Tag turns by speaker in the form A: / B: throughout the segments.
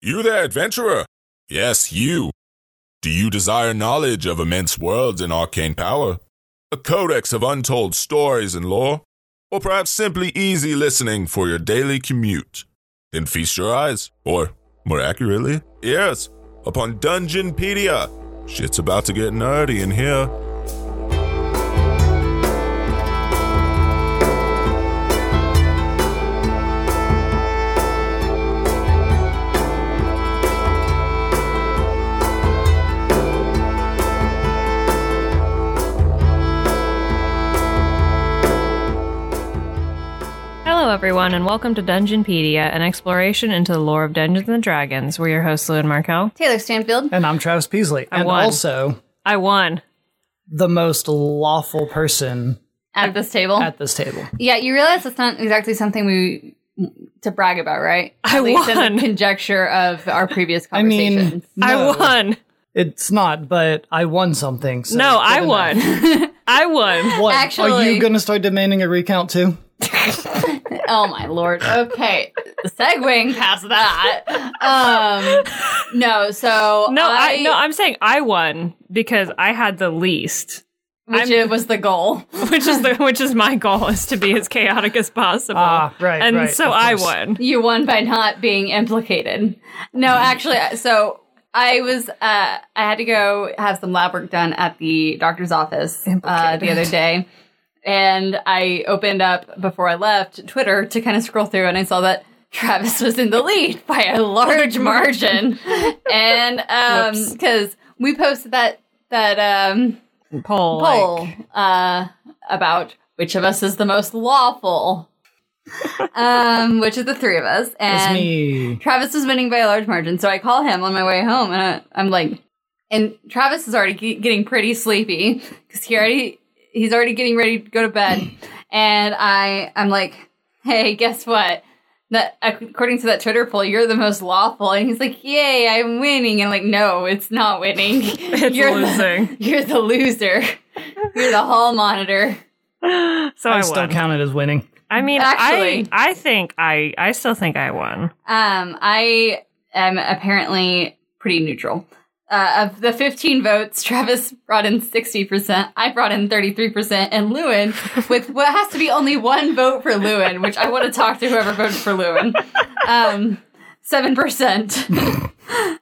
A: You there, adventurer? Yes, you. Do you desire knowledge of immense worlds and arcane power? A codex of untold stories and lore? Or perhaps simply easy listening for your daily commute? Then feast your eyes, or more accurately, ears, upon Dungeonpedia. Shit's about to get nerdy in here.
B: Hello, everyone, and welcome to Dungeonpedia, an exploration into the lore of Dungeons and Dragons. We're your hosts, Lou and Markel.
C: Taylor Stanfield.
D: And I'm Travis Peasley. and
B: won.
D: also
B: I won.
D: the most lawful person
C: At this table.
D: at this table.
C: yeah, you realize it's not exactly something we to brag about, right?
B: I
C: At least in the
B: won.
C: conjecture of our previous
D: I mean,
C: conversations.
B: I
D: no,
B: won.
D: It's not, but I won something. So
B: no, I
D: good
B: won.
D: enough.
B: I won.
D: What? Are
C: Actually-
D: you going to start demanding a recount too?
C: oh my lord. Okay. Segueing past that. Um no, so
B: No,
C: I,
B: I, no, I'm saying I won because I had the least,
C: which
B: I'm-
C: it was the goal.
B: which is the, which is my goal is to be as chaotic as possible.
D: Ah, right,
B: And
D: right,
B: so
D: of
B: I
D: course.
B: won.
C: You won by not being implicated. No, actually, uh, so I was uh, I had to go have some lab work done at the doctor's office uh, the other day, and I opened up before I left Twitter to kind of scroll through, and I saw that Travis was in the lead by a large margin, and
B: Whoops.
C: because we posted that that um,
B: Poll.
C: poll uh, about which of us is the most lawful. um, which of the three of us?
D: It's
C: And
D: me.
C: Travis was winning by a large margin, so I call him on my way home, and I, I'm like, and Travis is already ge- getting pretty sleepy because he already he's already getting ready to go to bed, and I I'm like, hey, guess what? That according to that Twitter poll, you're the most lawful, and he's like, yay, I'm winning, and like, no, it's not winning,
B: It's
C: you're
B: losing.
C: The, you're the loser, you're the hall monitor.
B: so I,
D: I,
B: won.
D: still count it as winning.
B: I mean,
C: Actually-
B: I I think I I still think I won.
C: Um, I am apparently pretty neutral. Uh, of the 15 votes, Travis brought in 60%, I brought in 33%, and Lewin, with what has to be only one vote for Lewin, which I want to talk to whoever voted for Lewin, um, 7%.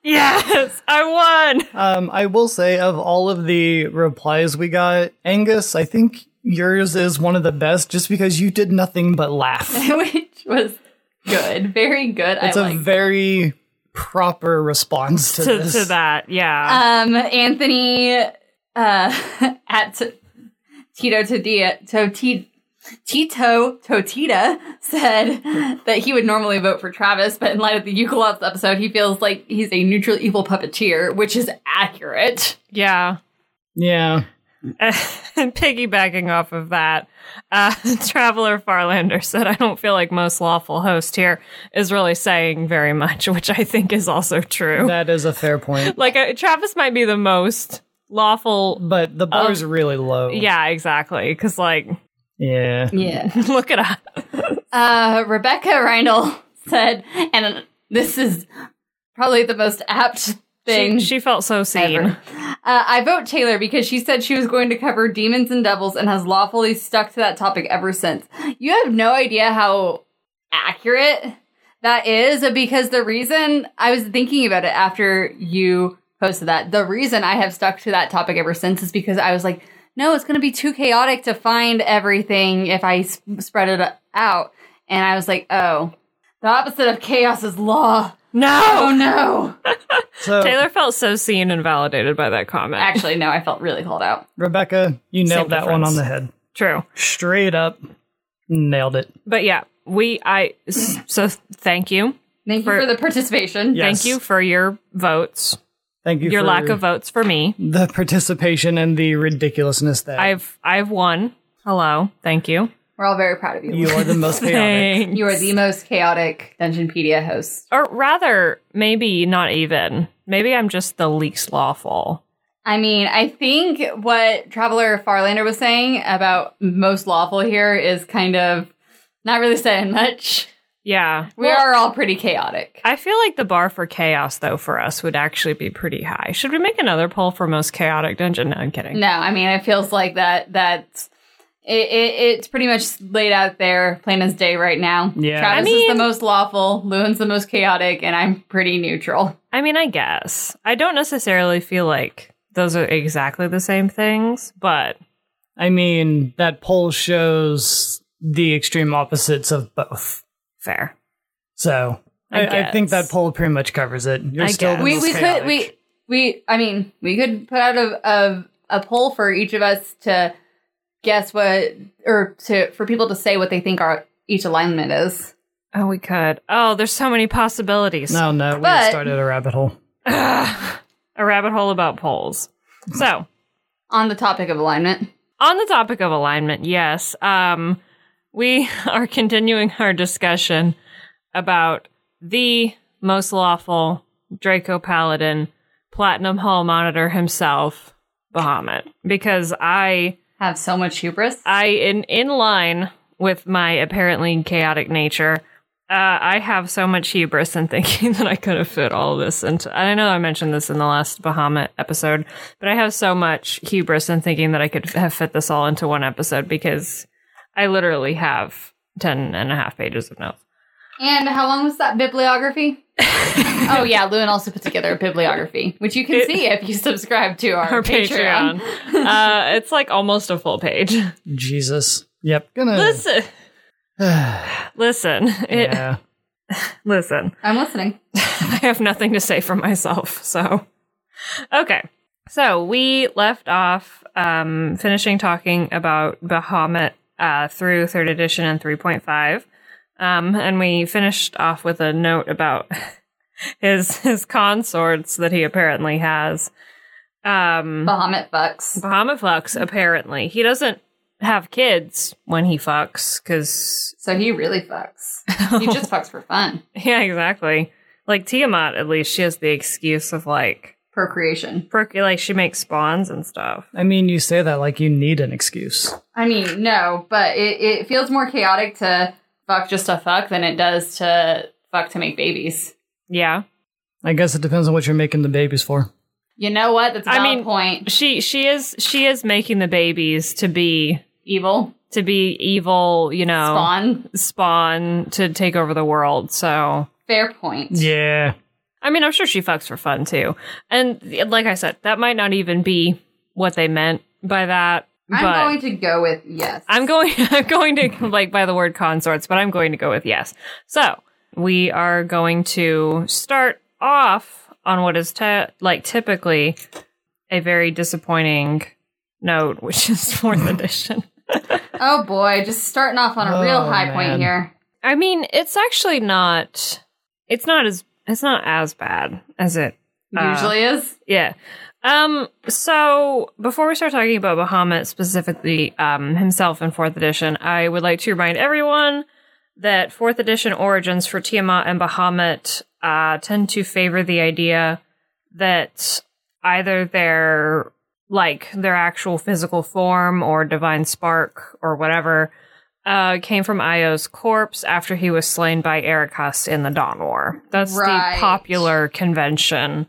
B: Yes, I won.
D: Um, I will say, of all of the replies we got, Angus, I think yours is one of the best just because you did nothing but laugh.
C: which was good. Very good.
D: It's
C: I
D: a
C: like.
D: very proper response to,
B: to,
D: this. Uh,
B: to that. Yeah.
C: um, Anthony uh, at T- Tito Todia, to T- Tito Totita said that he would normally vote for Travis, but in light of the Eucalyptus episode, he feels like he's a neutral evil puppeteer, which is accurate.
B: yeah.
D: Yeah.
B: Piggybacking off of that, uh, Traveler Farlander said, I don't feel like most lawful host here is really saying very much, which I think is also true.
D: That is a fair point.
B: like, uh, Travis might be the most lawful.
D: But the bar's really low.
B: Oh. Yeah, exactly. Because, like,
D: Yeah.
C: Yeah.
B: look at us.
C: Uh, Rebecca Reindl said, and this is probably the most apt thing
B: She, she felt so seen.
C: Ever. Uh, I vote Taylor because she said she was going to cover demons and devils and has lawfully stuck to that topic ever since. You have no idea how accurate that is because the reason I was thinking about it after you posted that, the reason I have stuck to that topic ever since is because I was like, no, it's going to be too chaotic to find everything if I s- spread it out. And I was like, oh, the opposite of chaos is law.
B: No!
C: Oh no.
D: So,
B: Taylor felt so seen and validated by that comment.
C: Actually, no, I felt really called out.
D: Rebecca, you
B: Same
D: nailed that one
B: difference.
D: on the head.
B: True.
D: Straight up nailed it.
B: But yeah, we, I, s- so thank you.
C: Thank
B: For-
C: you for the participation.
D: Yes.
B: Thank you for your votes,
D: Thank you
B: your
D: for
B: lack of votes for me.
D: the participation and the ridiculousness that
B: I've I've won. Hello, thank you.
C: We're all very proud of you.
D: you are the most chaotic.
B: Thanks.
C: You are the most chaotic Dungeonpedia host.
B: or rather, maybe not even. Maybe I'm just the least lawful.
C: I mean, I think what Traveler Farlander was saying about most lawful here is kind of not really saying much.
B: Yeah.
C: We are all pretty chaotic.
B: I feel like the bar for chaos, though, for us would actually be pretty high. Should we make another poll for most chaotic dungeon? No, I'm kidding.
C: No, I mean it feels like that. That's it, it, it's pretty much laid out there, plain as day, right now.
D: Yeah.
C: Travis
B: I
C: is the
B: mean-
C: most lawful. Lewin's the most chaotic, and I'm pretty neutral.
B: I mean, I guess. I don't necessarily feel like those are exactly the same things, but
D: I mean, that poll shows the extreme opposites of both.
B: fair.
D: So
B: I
D: I, I, think
B: guess.
D: that poll pretty much covers it. You're
B: I
D: still the
B: guess.
C: we
D: most
C: we
D: chaotic.
C: could we we I mean we could put out a, a a poll for each of us to guess what or to for people to say what they think our each alignment is.
B: Oh, we could. Oh, there's so many possibilities.
D: No, no, we
C: But-
D: started a rabbit hole.
B: Ugh. a rabbit hole about polls. So,
C: On the topic of alignment,
B: on the topic of alignment, yes, um, we are continuing our discussion about the most lawful Draco Paladin, Platinum Hall Monitor himself, Bahamut, because I
C: have so much hubris.
B: I in in line with my apparently chaotic nature. Uh, I have so much hubris in thinking that I could have fit all this into. I know I mentioned this in the last Bahamut episode, but I have so much hubris in thinking that I could f- have fit this all into one episode because I literally have 10 and a half pages of notes.
C: and how long was that bibliography? oh yeah, Lewin also put together a bibliography, which you can
B: It-
C: see if you subscribe to our,
B: Our
C: Patreon.
B: Patreon. uh, it's like almost a full page.
D: Jesus. Yep. Gonna.
B: Listen, listen, it,
D: yeah.
B: listen.
C: I'm listening.
B: I have nothing to say for myself. So, okay. So we left off um, finishing talking about Bahamut uh, through third edition and 3.5. Um, and we finished off with a note about his his consorts that he apparently has. Um,
C: Bahamut fucks.
B: Bahamut fucks, apparently. He doesn't have kids when he fucks because
C: So he really fucks. He just fucks for fun.
B: Yeah, exactly. Like Tiamat, at least she has the excuse of like,
C: Procreation.
B: perc- like she makes spawns and stuff.
D: I mean, you say that like you need an excuse.
C: I mean, no, but it, it feels more chaotic to fuck just to fuck than it does to fuck to make babies.
B: Yeah,
D: I guess it depends on what you're making the babies for.
C: You know what? That's a
B: I
C: valid
B: mean-
C: point.
B: she she is she is making the babies to be
C: Evil.
B: to be evil. You know,
C: Spawn.
B: spawn to take over the world. So
C: Fair point.
D: Yeah.
B: I mean, I'm sure she fucks for fun too. And like I said, that might not even be what they meant by that.
C: I'm
B: but
C: going to go with yes.
B: I'm going I'm going to like by the word consorts, but I'm going to go with yes. So, we are going to start off on what is te- like typically a very disappointing note, which is fourth edition.
C: oh boy, just starting off on a real
D: Oh,
C: high
D: man.
C: point here.
B: I mean, it's actually not it's not as it's not as bad as it Uh,
C: Usually is.
B: Yeah. Um, so before we start talking about Bahamut specifically, um, himself in fourth edition, I would like to remind everyone that fourth edition origins for Tiamat and Bahamut uh, tend to favor the idea that either their like their actual physical form or divine spark or whatever uh, came from Io's corpse after he was slain by Ericus in the Dawn War. That's
C: Right.
B: the popular convention.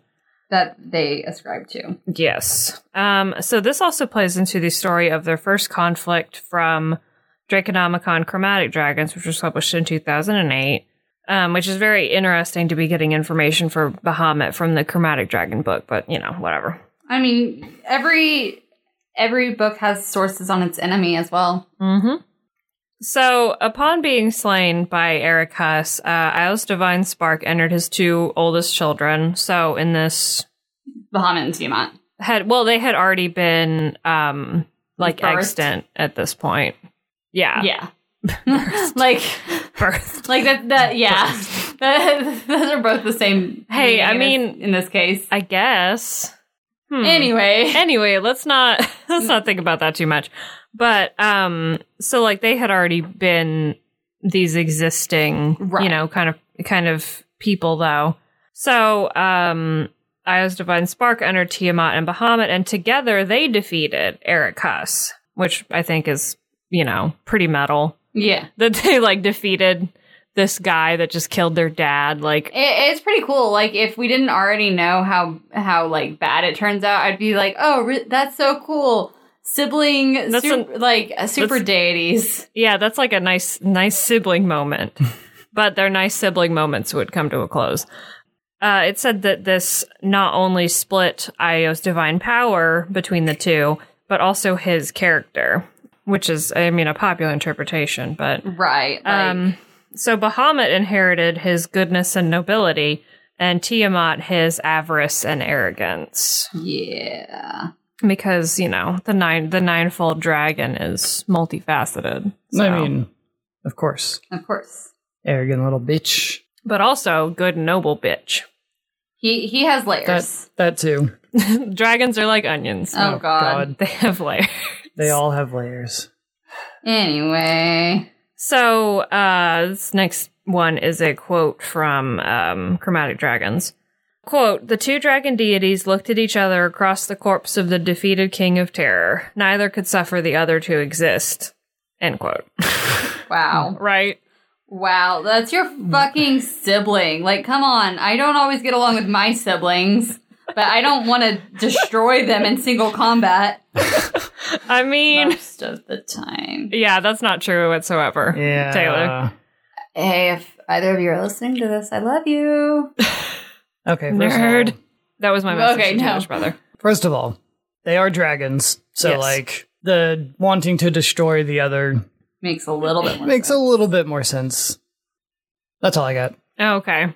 C: That they ascribe to.
B: Yes. Um, so this also plays into the story of their first conflict from Draconomicon Chromatic Dragons, which was published in 2008, um, which is very interesting to be getting information for Bahamut from the Chromatic Dragon book, but you know, whatever.
C: I mean, every every book has sources on its enemy as well.
B: Mm-hmm. So, upon being slain by Eric Huss, uh, Isle's divine spark entered his two oldest children. So, in this
C: Bahamut and Tiamat.
B: had well, they had already been um like
C: Birthed.
B: extant at this point. Yeah,
C: Yeah. like
B: birth.
C: like that that yeah. That, those are both the same.
B: Hey, I mean-
C: meaning in this, in this case.
B: I guess. Hmm.
C: Anyway,
B: anyway, let's not let's not think about that too much. But um, so like they had already been these existing,
C: Right.
B: you know, kind of kind of people though. So um, Io's divine spark entered Tiamat and Bahamut, and together they defeated Eric Huss, which I think is you know pretty metal
C: yeah,
B: that they like defeated this guy that just killed their dad. Like,
C: It, it's pretty cool. Like if we didn't already know how how like bad it turns out, I'd be like, "Oh, re- that's so cool." Sibling
B: That's
C: sup- like uh, super
B: that's-
C: deities.
B: yeah, that's like a nice, nice sibling moment. but their nice sibling moments would come to a close. Uh, it said that this not only split Io's divine power between the two, but also his character, which is, I mean, a popular interpretation, but
C: Right. Like,
B: Um, so Bahamut inherited his goodness and nobility, and Tiamat his avarice and arrogance.
C: yeah.
B: Because you know the nine the ninefold dragon is multifaceted. so-
D: I mean, of course,
C: Of course.
D: arrogant little bitch.
B: but also good and noble bitch.
C: He he has layers.
D: That that too.
B: Dragons are like onions.
C: oh, god.
B: They have layers.
D: They all have layers.
C: Anyway.
B: So uh, this next one is a quote from um, Chromatic Dragons. Quote, the two dragon deities looked at each other across the corpse of the defeated king of terror. Neither could suffer the other to exist. End quote.
C: Wow.
B: right?
C: Wow. That's your
B: Mm.
C: fucking sibling. Like come on. I don't always get along with my siblings, but I don't want to destroy them in single combat
B: I mean,
C: most of the time.
B: yeah, that's not true whatsoever.
D: Yeah,
B: Taylor.
C: Hey, if either of you are listening to this, I love you.
D: Okay, first
B: Nerd.
D: Of all,
B: That was my message
C: Okay,
B: to
C: no.
B: Taylor's brother.
D: first of all, they are dragons, so
B: Yes.
D: like the wanting to destroy the other
C: Makes a little bit more
D: makes a
C: sense.
D: little bit more sense. That's all I got.
B: Oh, Okay.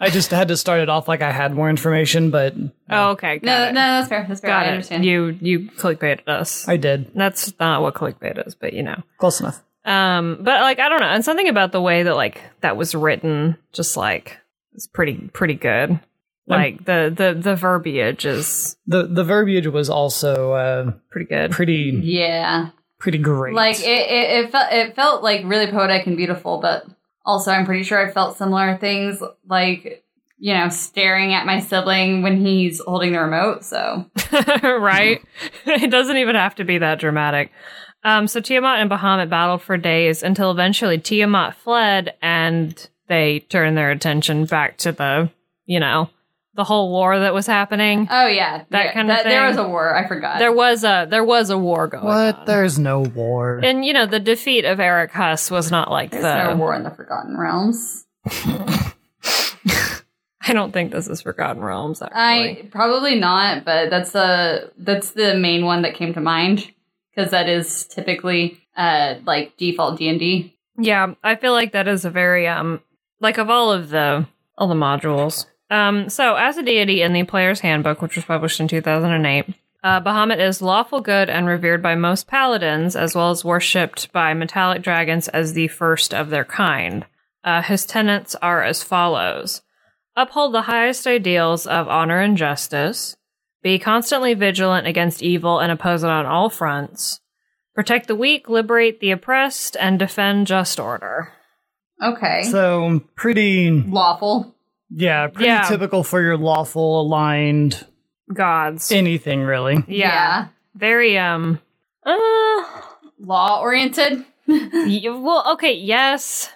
D: I just had to start it off like I had more information, but
B: Oh, okay. Got
C: No,
B: it.
C: no, that's fair. That's fair.
B: Got
C: I
B: it.
C: understand.
B: You you clickbaited us.
D: I did
B: that's not what clickbait is, but you know.
D: close enough.
B: Um, but like I don't know, and something about the way that like that was written, just like it's pretty pretty good. Like the the the verbiage is
D: the The verbiage was also uh,
B: pretty good.
D: pretty
C: yeah.
D: pretty great.
C: Like it, it, it felt it felt like really poetic and beautiful, but also I'm pretty sure I felt similar things like you know staring at my sibling when he's holding the remote. So
B: right? it doesn't even have to be that dramatic. Um, so Tiamat and Bahamut battled for days until eventually Tiamat fled and they turned their attention back to the, you know, the whole war that was happening.
C: oh yeah,
B: That
C: Yeah,
B: kind of
C: There
B: thing.
C: was a war. I forgot.
B: There was a there was a war going
D: what?
B: on.
D: There's no war.
B: and you know, the defeat of Eric Huss was not like
C: There's
B: the
C: no war in the Forgotten Realms.
B: I don't think this is Forgotten Realms. Actually.
C: I probably not, but that's the that's the main one that came to mind because that is typically uh like default D and D.
B: yeah, I feel like that is a very um like of all of the all the modules. Um, so as a deity in the Player's Handbook, which was published in 2008, uh, Bahamut is lawful good and revered by most paladins, as well as worshipped by metallic dragons as the first of their kind. Uh, his tenets are as follows: uphold the highest ideals of honor and justice, be constantly vigilant against evil and oppose it on all fronts, protect the weak, liberate the oppressed, and defend just order.
C: Okay,
D: so pretty,
C: lawful.
D: yeah, pretty
B: Yeah.
D: typical for your lawful aligned
B: Gods.
D: anything really.
B: yeah. Very, um, uh,
C: law oriented, but
B: y- well, okay, yes.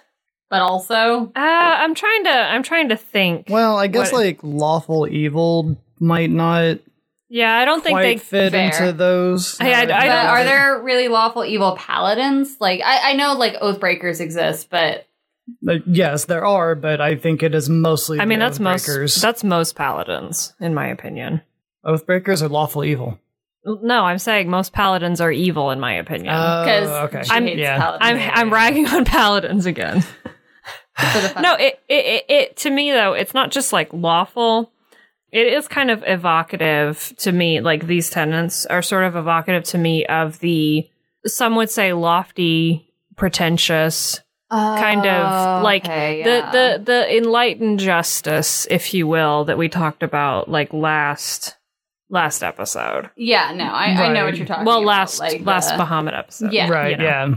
C: also
B: Uh, I'm trying to, I'm trying to think.
D: Well, I guess
B: What-
D: like lawful evil might not
B: yeah, I don't think
D: quite
B: they,
D: fit
C: fair.
D: into those.
B: I- I- I
D: Uh,
B: don't-
C: But
B: know.
C: are there really lawful evil paladins? Like I, I know like oathbreakers exist, but
D: Like, yes, there are, but I think it is mostly.
B: I mean,
D: the
B: that's most,
D: Oathbreakers.
B: that's most paladins, in my opinion.
D: Oathbreakers are lawful evil.
B: No, I'm saying most paladins are evil, in my opinion.
D: Oh,
C: because
D: okay.
C: she
B: I'm-
C: hates
D: yeah.
B: I'm
C: paladins.
B: I'm ragging on paladins again.
C: for the fun.
B: No, it, it it it to me though, it's not just like lawful. It is kind of evocative to me. Like these tenants are sort of evocative to me of the some would say lofty, pretentious, kind of like
C: Oh, Okay, yeah.
B: the the the enlightened justice, if you will, that we talked about like last last episode.
C: yeah. No, I, I know
D: Right.
C: what you're talking.
B: Well,
C: about,
B: last
C: like uh,
B: last
C: the-
B: Bahamut episode.
C: Yeah.
D: right.
B: you know.
D: Yeah.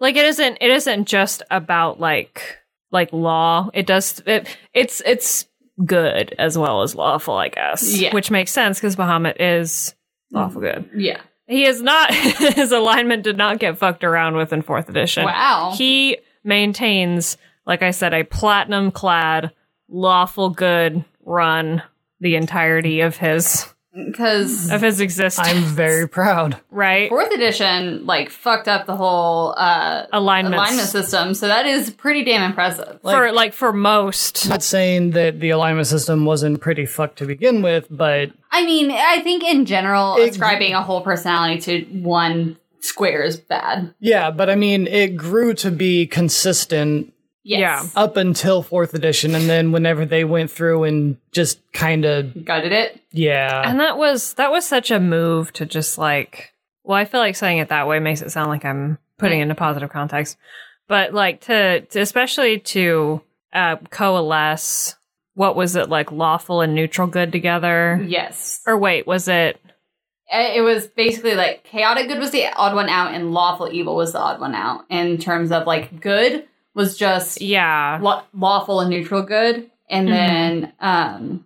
B: like it isn't it isn't just about like like law it does it, it's it's good as well as lawful i guess
C: Yeah.
B: which makes sense because bahamut is lawful good
C: yeah.
B: he is not his alignment did not get fucked around with in fourth edition
C: Wow.
B: he maintains Like I said, a platinum clad, lawful good run the entirety of his
C: Because
B: of his existence.
D: I'm very proud.
B: right?
C: fourth edition like fucked up the whole uh,
B: Alignments.
C: alignment system, so that is pretty damn impressive.
B: for like for most.
D: Not saying that the alignment system wasn't pretty fucked to begin with, but
C: I mean, I think in general,
D: It-
C: ascribing a whole personality to one square is bad.
D: yeah, but I mean, it grew to be consistent
C: Yes.
D: up until fourth edition, and then whenever they went through and just kind of,
C: Oh, Gutted it.
D: yeah.
B: And that was that was such a move to just like well, I feel like saying it that way makes it sound like I'm putting it into positive context. But like to, to especially to uh, coalesce what was it like lawful and neutral good together?
C: Mm. Yes.
B: Or wait, was it
C: I- It was basically like chaotic good was the odd one out, and lawful evil was the odd one out in terms of like good was just
B: yeah.
C: law- lawful and neutral good, and
B: Mhm.
C: then um,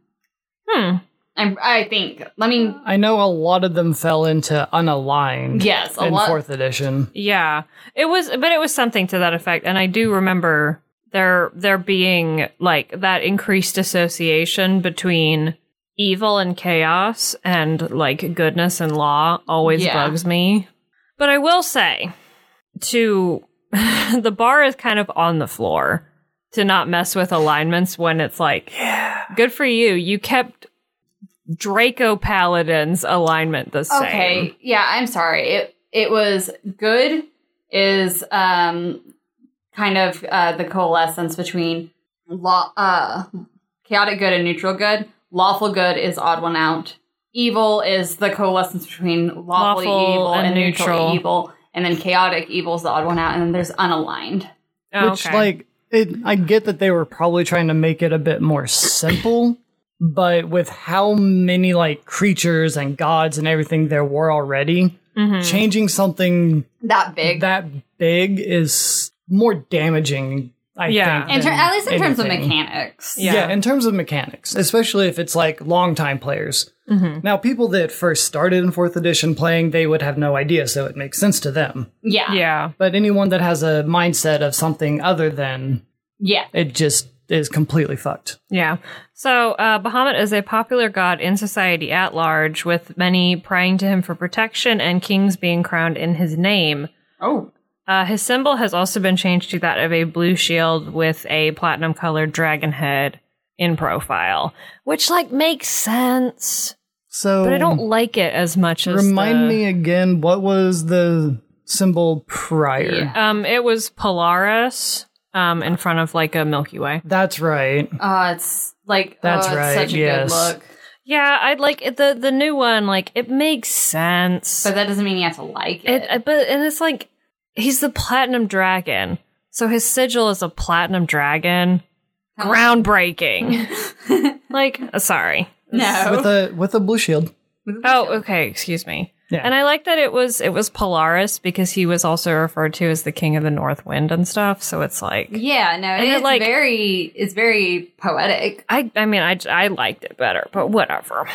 B: Hmm.
C: I'm, I think I mean
D: I know a lot of them fell into unaligned
C: yes, a
D: in
C: lot.
D: fourth edition.
B: Yeah. It was but it was something to that effect and I do remember there there being like that increased association between evil and chaos and like goodness and law always
C: Yeah.
B: bugs me. But I will say to the bar is kind of on the floor to not mess with alignments when it's like good for you. You kept Draco Paladin's alignment the same.
C: Okay, yeah, I'm sorry. It it was good is um kind of uh the coalescence between law uh chaotic good and neutral good. Lawful good is odd one out. Evil is the coalescence between lawful,
B: Lawful
C: evil
B: and
C: and, neutral.
B: neutral.
C: evil, and then chaotic evil is the odd one out, and then there's unaligned. Oh,
D: Which, like, it, I get that they were probably trying to make it a bit more simple, but with how many, like, creatures and gods and everything there were already,
C: Mm-hmm.
B: Mhm.
D: changing something
C: That big.
D: that big is more damaging, I
B: Yeah.
D: think.
C: in ter-
D: than
C: at least in terms of
D: anything.
C: mechanics.
B: Yeah.
D: Yeah. in terms of mechanics, especially if it's like longtime players.
B: Mm-hmm.
D: Now, people that first started in fourth edition playing, they would have no idea, so it makes sense to them.
C: Yeah. Yeah.
B: yeah.
D: But anyone that has a mindset of something other than
C: Yeah.
D: it just is completely fucked.
B: Yeah. So, uh, Bahamut is a popular god in society at large, with many praying to him for protection and kings being crowned in his name.
C: Oh.
B: Uh, his symbol has also been changed to that of a blue shield with a platinum colored dragon head in profile, which, like, makes sense,
D: So,
B: but I don't like it as much as.
D: Um, remind
B: the-
D: me again, what was the symbol prior?
C: Yeah.
B: Um, it was Polaris um, in front of, like, a Milky Way.
D: That's right.
C: Uh, it's like
D: That's
C: oh, it's
D: right,
C: such a
D: yes.
C: good look.
B: Yeah, I'd like it, the, the new one, like, it makes sense.
C: But that doesn't mean you have to like it.
B: It, uh, but and it's like he's the platinum dragon, so his sigil is a platinum dragon. Groundbreaking. like, uh, sorry.
C: no.
D: With a with a blue shield.
B: Oh, okay. Excuse me.
D: Yeah.
B: And I like that it was it was Polaris because he was also referred to as the king of the North Wind and stuff. So it's like
C: yeah, no,
B: it,
C: it's
B: like-
C: very it's very poetic.
B: I I mean I j- I liked it better, but whatever.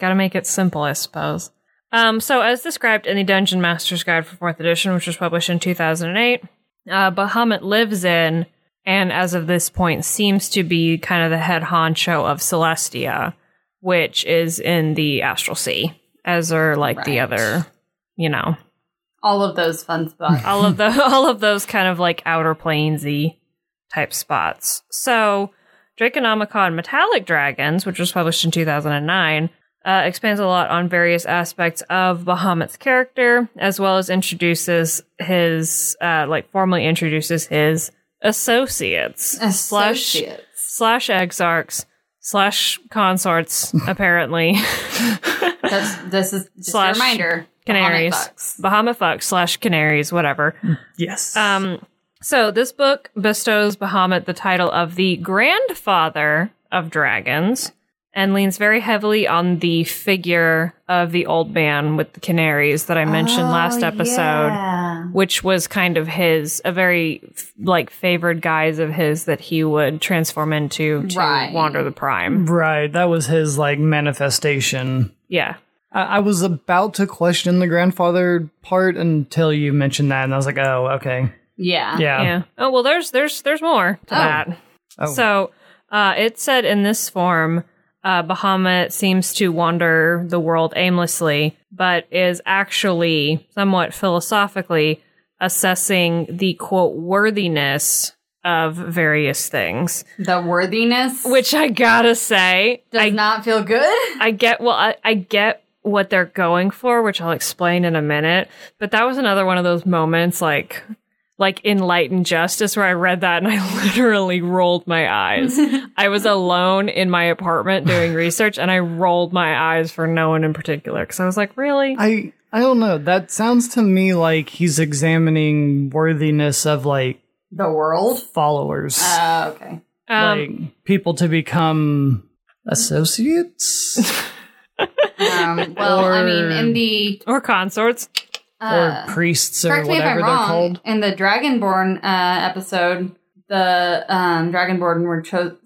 B: Got to make it simple, I suppose. Um, so, as described in the Dungeon Master's Guide for 4th Edition, which was published in 2008, uh, Bahamut lives in, and as of this point, seems to be kind of the head honcho of Celestia, which is in the Astral Sea, as are like the
C: Right.
B: other, you know,
C: All of those fun spots.
B: all of the all of those kind of like outer planesy type spots. So, Draconomicon Metallic Dragons, which was published in 2009, uh, expands a lot on various aspects of Bahamut's character, as well as introduces his uh, like formally introduces his associates slash
C: Associates.
B: slash exarchs slash consorts apparently.
C: That's this is just
B: Slash
C: a reminder.
B: Canaries,
C: Bahamut fucks.
B: Bahama fucks slash canaries, whatever.
D: yes.
B: Um, so this book bestows Bahamut the title of the grandfather of dragons and leans very heavily on the figure of the old man with the canaries that I
D: Oh,
B: mentioned last episode,
C: Yeah.
B: which was kind of his, a very f- like favored guise of his that he would transform into to
C: Right.
B: wander the prime.
D: right. That was his like manifestation.
B: Yeah.
D: I, I was about to question the grandfather part until you mentioned that, and I was like, oh, okay.
C: Yeah.
D: Yeah.
B: Yeah. Oh well, there's there's there's more to
C: Oh.
B: that.
D: Oh.
B: So uh, it said in this form, uh, Bahamut seems to wander the world aimlessly, but is actually somewhat philosophically assessing the quote worthiness of various things.
C: The worthiness
B: Which I gotta say,
C: does
B: I
C: not feel good.
B: I get well, I, I get what they're going for, which I'll explain in a minute. But that was another one of those moments, like like enlightened justice, where I read that and I literally rolled my eyes. I was alone in my apartment doing research, and I rolled my eyes for no one in particular because I was like, really?
D: I I don't know. That sounds to me like he's examining worthiness of like
C: The world.
D: followers,
C: Uh, okay.
B: Um,
D: like people to become associates
C: Um, well, I mean, in the
B: or consorts.
C: uh,
D: or priests or
C: correct me if I'm
D: whatever they're
C: wrong.
D: called.
C: In the Dragonborn uh, episode, the um, Dragonborn were chosen.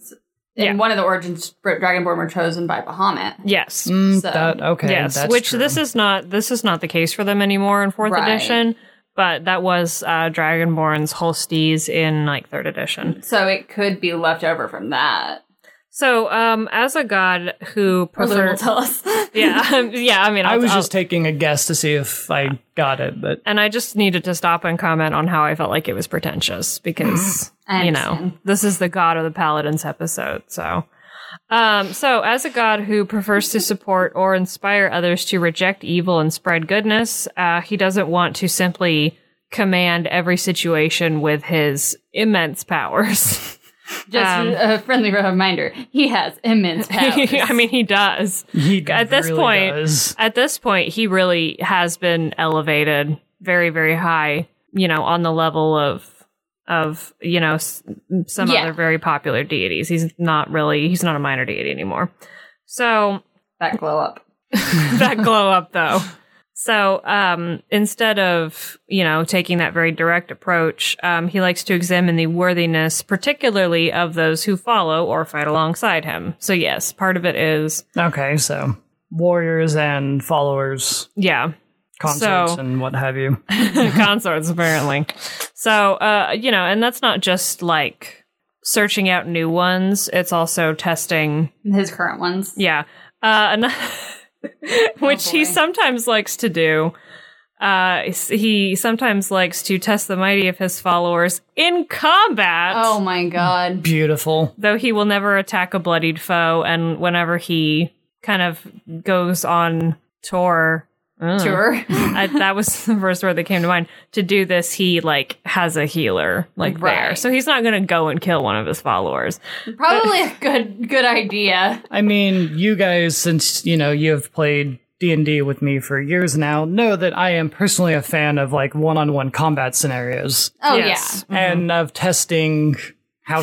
B: Yeah.
C: In one of the origins, Dragonborn were chosen by Bahamut.
B: Yes.
D: Mm,
C: So-
D: that okay.
B: yes,
D: that's
B: which
D: true.
B: this is not this is not the case for them anymore in fourth
C: Right.
B: edition, but that was uh, Dragonborn's holstees in like third edition.
C: So it could be left over from that.
B: So, um, as a god who
C: Or Lou will
B: prefers,
C: tell us.
B: yeah, um, yeah, I mean,
D: I
B: I'll-
D: was
B: I'll-
D: just taking a guess to see if I got it, but
B: and I just needed to stop and comment on how I felt like it was pretentious because
C: Mm-hmm. I
B: you know
C: understand.
B: this is the God of the Paladins episode. So, um, so as a God who prefers to support or inspire others to reject evil and spread goodness, uh, he doesn't want to simply command every situation with his immense powers.
C: Just
B: Um,
C: a friendly reminder: he has immense powers.
B: I mean, he does.
D: he
B: At this
D: really
B: point-
D: does.
B: At this point, he really has been elevated very, very high. You know, on the level of of you know s- some
C: Yeah.
B: other very popular deities. He's not really he's not a minor deity anymore. So
C: that glow up.
B: that glow up though. So um, instead of you know taking that very direct approach, um, he likes to examine the worthiness, particularly of those who follow or fight alongside him. So yes, part of it is
D: okay, so warriors and followers,
B: yeah,
D: concerts
B: So-
D: and what have you.
B: consorts apparently so uh you know and that's not just like searching out new ones it's also testing
C: His current ones.
B: yeah uh an- which
C: Oh, boy.
B: he sometimes likes to do uh s- he sometimes likes to test the mighty of his followers in combat
C: Oh my god.
D: Beautiful.
B: though he will never attack a bloodied foe and whenever he kind of goes on tour Ugh.
C: Sure.
B: I, that was the first word that came to mind. To do this, he like has a healer like there,
C: Right.
B: so he's not going to go and kill one of his followers.
C: Probably a good good idea.
D: I mean, you guys, since you know you have played D and D with me for years now, know that I am personally a fan of like one-on-one combat scenarios
C: Oh
D: and of testing how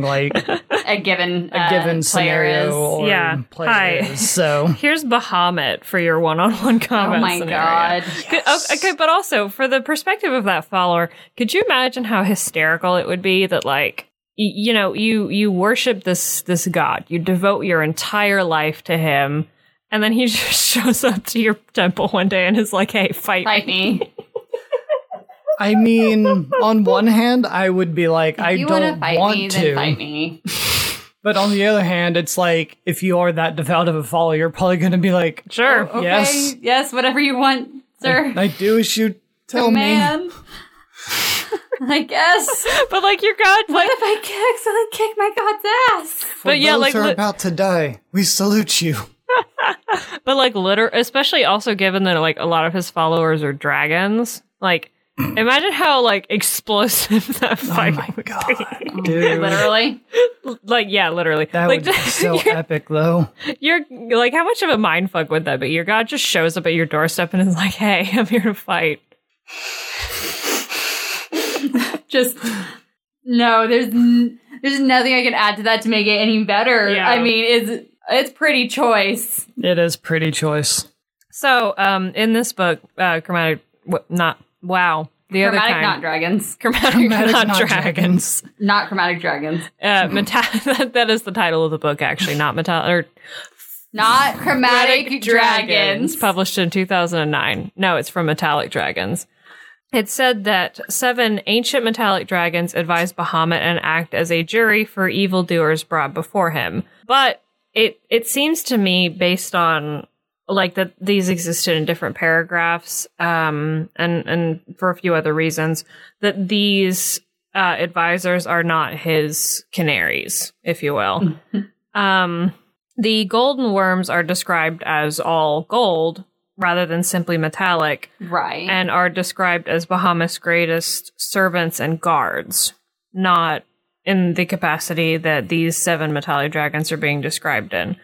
D: like
C: yeah. A given uh,
D: a given scenario
C: Oh
D: or
B: Yeah.
D: player
B: Hi.
D: is. So
B: Here's Bahamut for your one-on-one combat.
C: Oh my
B: scenario.
C: god.
B: Could- oh, Okay, but also for the perspective of that follower, could you imagine how hysterical it would be that like y- you know you you worship this this god, you devote your entire life to him, and then he just shows up to your temple one day and is like, "Hey, fight!"
C: Fight me.
D: I mean, on one hand, I would be like, I
C: If you
D: don't
C: wanna fight
D: want
C: me,
D: to,
C: then fight me.
D: but on the other hand, it's like if you are that devout of a follower, you're probably going to be like,
B: Sure.
C: Okay.
D: Yes.
C: Yes, whatever you want, sir.
D: I do as you tell me.
C: Man. I guess.
B: But like your god, like
C: What if I kick, accidentally kick my god's ass?
D: For
B: But yeah,
D: those
B: like,
D: who are
B: li-
D: about to die, we salute you.
B: But like liter especially also given that like a lot of his followers are dragons. Like
D: Mm.
B: imagine how like explosive that fight would
D: Oh God,
B: be.
D: dude.
C: Literally.
B: Like yeah, literally.
D: That
B: uh, like
D: would be so epic, though.
B: you're like how much of a mind fuck would that be? Your god just shows up at your doorstep and is like, "Hey, I'm here to fight."
C: Just no. There's n- there's nothing I can add to that to make it any better.
B: Yeah.
C: I mean, it's it's pretty choice.
D: It is pretty choice.
B: So, um in this book, uh chromatic w- not wow, the other
C: Chromatic
B: kind.
C: not dragons.
B: Chromatic,
D: Chromatic
B: not,
D: not
B: dragon.
D: dragons.
C: Not chromatic dragons.
B: Uh, meta- that, that is the title of the book, actually, not metal or
C: Not chromatic dragons.
B: It said that seven ancient metallic dragons advise Bahamut and act as a jury for evildoers brought before him. But it it seems to me, based on like that these existed in different paragraphs, um, and and for a few other reasons, that these uh, advisors are not his canaries, if you will. um, the golden worms are described as all gold rather than simply metallic
C: Right.
B: and are described as Bahamas' greatest servants and guards, not in the capacity that these seven metallic dragons are being described in.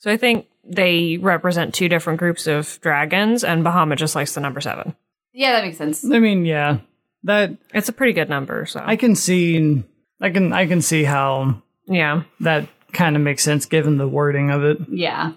B: So I think they represent two different groups of dragons, and Bahama just likes the number seven.
C: yeah, that makes sense.
D: I mean, yeah, that
B: It's a pretty good number, so
D: I can see. I can I can see how
B: yeah.
D: that kind of makes sense given the wording of it.
C: Yeah.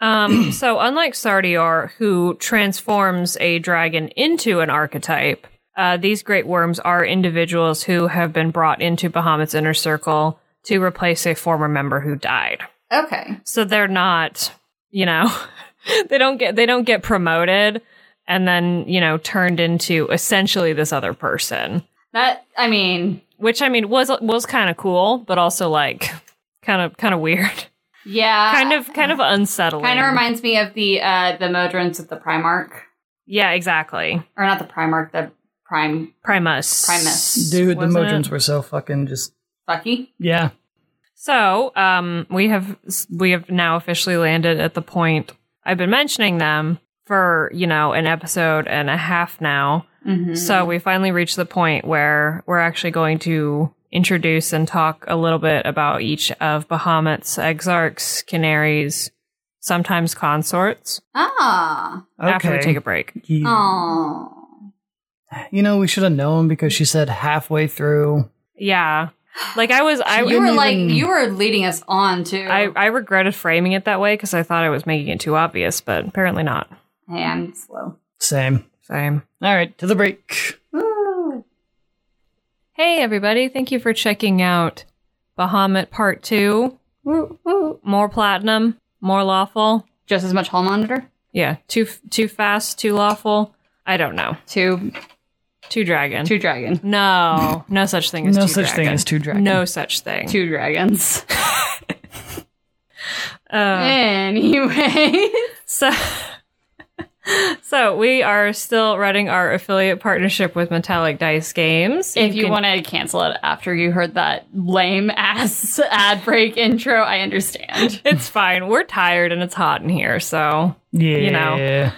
B: Um, so unlike Sardiar, who transforms a dragon into an archetype, uh, these great worms are individuals who have been brought into Bahamut's inner circle to replace a former member who died.
C: Okay.
B: So they're not, you know, they don't get they don't get promoted and then you know turned into essentially this other person,
C: That I mean,
B: which I mean was was kind of cool, but also like kind of kind of weird,
C: yeah.
B: kind of kind of unsettling.
C: kind of reminds me of the uh the Modrons with the Primarch.
B: yeah, exactly.
C: Or not the Primarch, the Prime
B: Primus.
C: Primus.
D: Dude, the
B: wasn't
D: Modrons
B: it?
D: were so fucking just
C: Bucky.
D: yeah.
B: So, um, we have we have now officially landed at the point I've been mentioning them for you know an episode and a half now.
C: Mm-hmm.
B: So we finally reached the point where we're actually going to introduce and talk a little bit about each of Bahamut's exarchs, canaries, sometimes consorts.
C: Ah.
D: Okay.
B: After we take a break,
D: Ye-
C: Oh.
D: you know, we should have known because she said halfway through.
B: yeah. Like I was, I
C: You were
D: didn't
C: like
D: even-
C: you were leading us on too.
B: I, I regretted framing it that way because I thought I was making it too obvious, but apparently not.
C: hey, I'm slow.
D: Same.
B: Same.
D: All right, to the break.
C: Ooh.
B: Hey, everybody. Thank you for checking out Bahamut Part 2.
C: Ooh, ooh.
B: More platinum, more lawful.
C: Just as much hall monitor.
B: Yeah, too too fast, too lawful. I don't know.
C: Two
B: Two dragon.
C: two dragon.
B: no, no such thing as
D: No
B: two
D: such thing
B: dragon.
D: as two dragon.
B: No such thing.
C: Two dragons.
B: Uh,
C: anyway.
B: so, so we are still running our affiliate partnership with Metallic Dice Games.
C: If you
B: can-
C: want to cancel it after you heard that lame ass ad break intro, I understand.
B: it's fine. We're tired and it's hot in here, so
D: Yeah. You
B: know.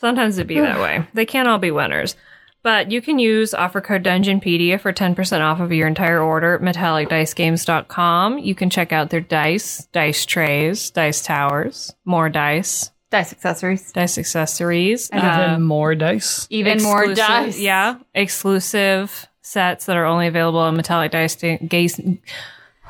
B: Sometimes it be that way. They can't all be winners. But you can use offer code DungeonPedia for 10% off of your entire order at metallicdicegames.com. You can check out their dice, dice trays, dice towers, more dice,
C: Dice accessories.
B: dice accessories, uh,
D: Even more dice.
C: Even more
B: exclusive-
C: dice.
B: Yeah, exclusive sets that are only available on Metallic Dice Games.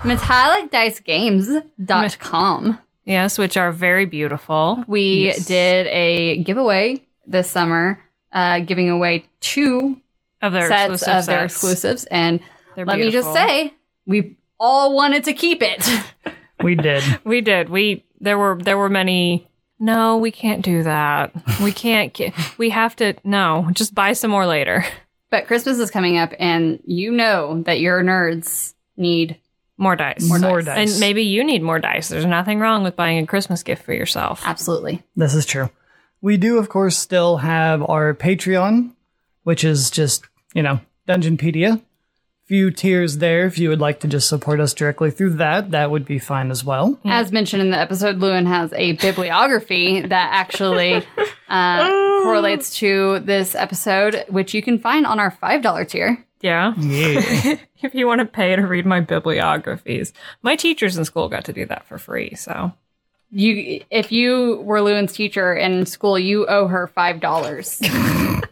C: MetallicDiceGames.com.
B: Yes, which are very beautiful.
C: We did a giveaway this summer, uh, giving away two
B: Of their
C: sets
B: exclusive
C: of their
B: sets.
C: exclusives. And
B: They're
C: let me just
B: beautiful.
C: say, we all wanted to keep it.
D: We did.
B: We did. We there were there were many. No, we can't do that. We can't. Get, we have to. No, just buy some more later.
C: but Christmas is coming up, and you know that your nerds need.
B: More dice.
D: More dice.
B: And maybe you need more dice. There's nothing wrong with buying a Christmas gift for yourself.
C: Absolutely.
D: This is true. We do, of course, still have our Patreon, which is just, you know, Dungeonpedia. Few tiers there. If you would like to just support us directly through that, that would be fine as well.
C: As mentioned in the episode, Lewin has a bibliography that actually
B: Oh.
C: uh, correlates to this episode, which you can find on our $5 tier.
B: Yeah.
D: Yeah.
B: If you want to pay to read my bibliographies, my teachers in school got to do that for free. So
C: You, If you were Lewin's teacher in school, you owe her $5.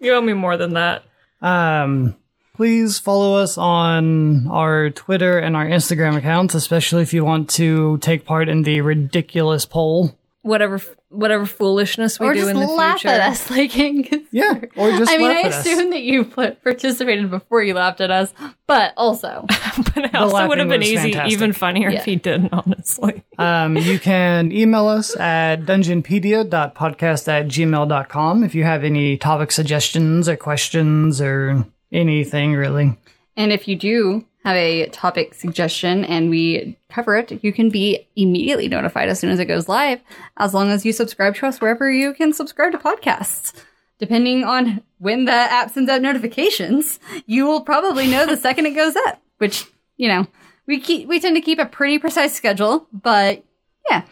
B: you owe me more than that.
D: Um, please follow us on our Twitter and our Instagram accounts, especially if you want to take part in the ridiculous poll
B: whatever whatever foolishness we
C: or
B: do
C: just
B: in the
C: laugh
B: future.
C: at us like Angus.
D: Yeah, or just
C: I mean, I
D: laugh at us.
C: assume that you pl- participated before you laughed at us, but also
B: but it also would have
D: laughing
B: been
D: was
B: easy,
D: fantastic.
B: even funnier
C: Yeah.
B: if he didn't. Honestly,
D: Um, you can email us at dungeonpedia.podcast at gmail.com if you have any topic suggestions or questions or anything really.
C: And if you do have a topic suggestion and we cover it, you can be immediately notified as soon as it goes live, as long as you subscribe to us wherever you can subscribe to podcasts. Depending on when the app sends out notifications, you will probably know the second it goes up, which, you know, we keep we tend to keep a pretty precise schedule, but yeah.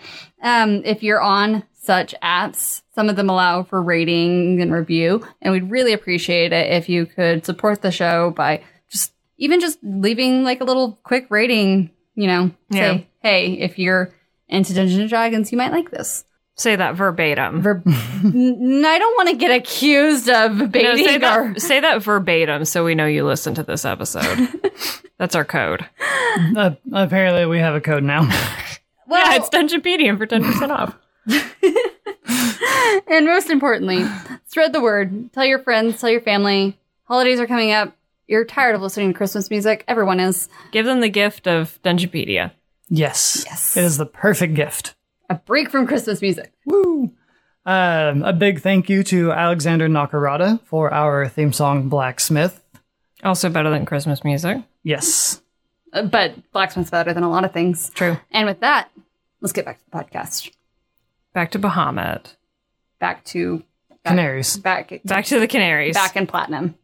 C: Um, if you're on such apps, some of them allow for rating and review, and we'd really appreciate it if you could support the show by just even just leaving like a little quick rating, you know,
B: Yeah.
C: say, hey, if you're into Dungeons and Dragons, you might like this.
B: say that verbatim.
C: Verb- N- I don't want to get accused of
B: No, say,
C: baiting our
B: that, say that verbatim, so we know you listened to this episode. That's our code.
D: Uh, apparently, we have a code now.
C: well,
B: yeah, it's Dungeonpedia for ten percent off.
C: and most importantly, spread the word. Tell your friends, tell your family. Holidays are coming up. You're tired of listening to Christmas music. Everyone is.
B: Give them the gift of Dungeonpedia.
D: Yes.
C: Yes.
D: It is the perfect gift.
C: A break from Christmas music.
D: Woo! Um, a big thank you to Alexander Nakarada for our theme song, Blacksmith.
B: Also better than Christmas music.
D: Yes.
C: Uh, But blacksmith's better than a lot of things.
B: True.
C: And with that, let's get back to the podcast.
B: Back to Bahamut.
C: Back to back,
D: Canaries.
C: Back
B: Back to the Canaries.
C: back in platinum.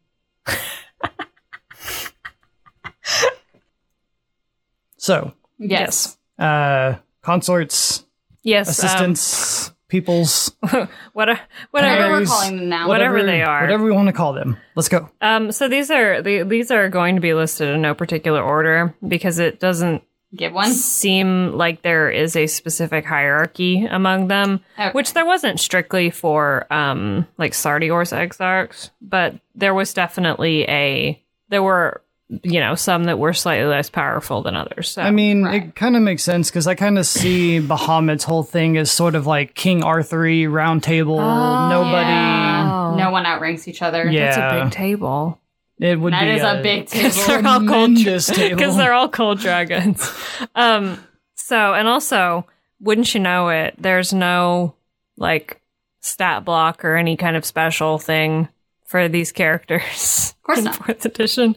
D: So,
C: Yes.
D: uh, consorts,
B: Yes. um,
D: assistants, peoples,
B: what? a- Whatever.
C: Whatever we're
D: Canaries,
C: calling them now.
B: uh, Whatever they are.
D: Whatever we want to call them. Let's go.
B: Um, so these are the, these are going to be listed in no particular order because it doesn't
C: Give one.
B: seem like there is a specific hierarchy among them,
C: Okay.
B: which there wasn't strictly for um like Sardior's exarchs, but there was definitely a there were you know some that were slightly less powerful than others. So
D: I mean,
C: Oh, right.
D: it kind of makes sense because I kind of see Bahamut's whole thing as sort of like King Arthury, round table, nobody.
C: Oh, Yeah. No one outranks each other.
D: Yeah.
B: that's a big table
D: It would
C: That
D: be
C: is
B: uh,
C: a big
B: because
C: table.
B: they're all cold
D: tremendous table.
B: because they're all cold dragons. um. So and also, wouldn't you know it? There's no like stat block or any kind of special thing for these characters. Of
C: course not.
B: Fourth edition,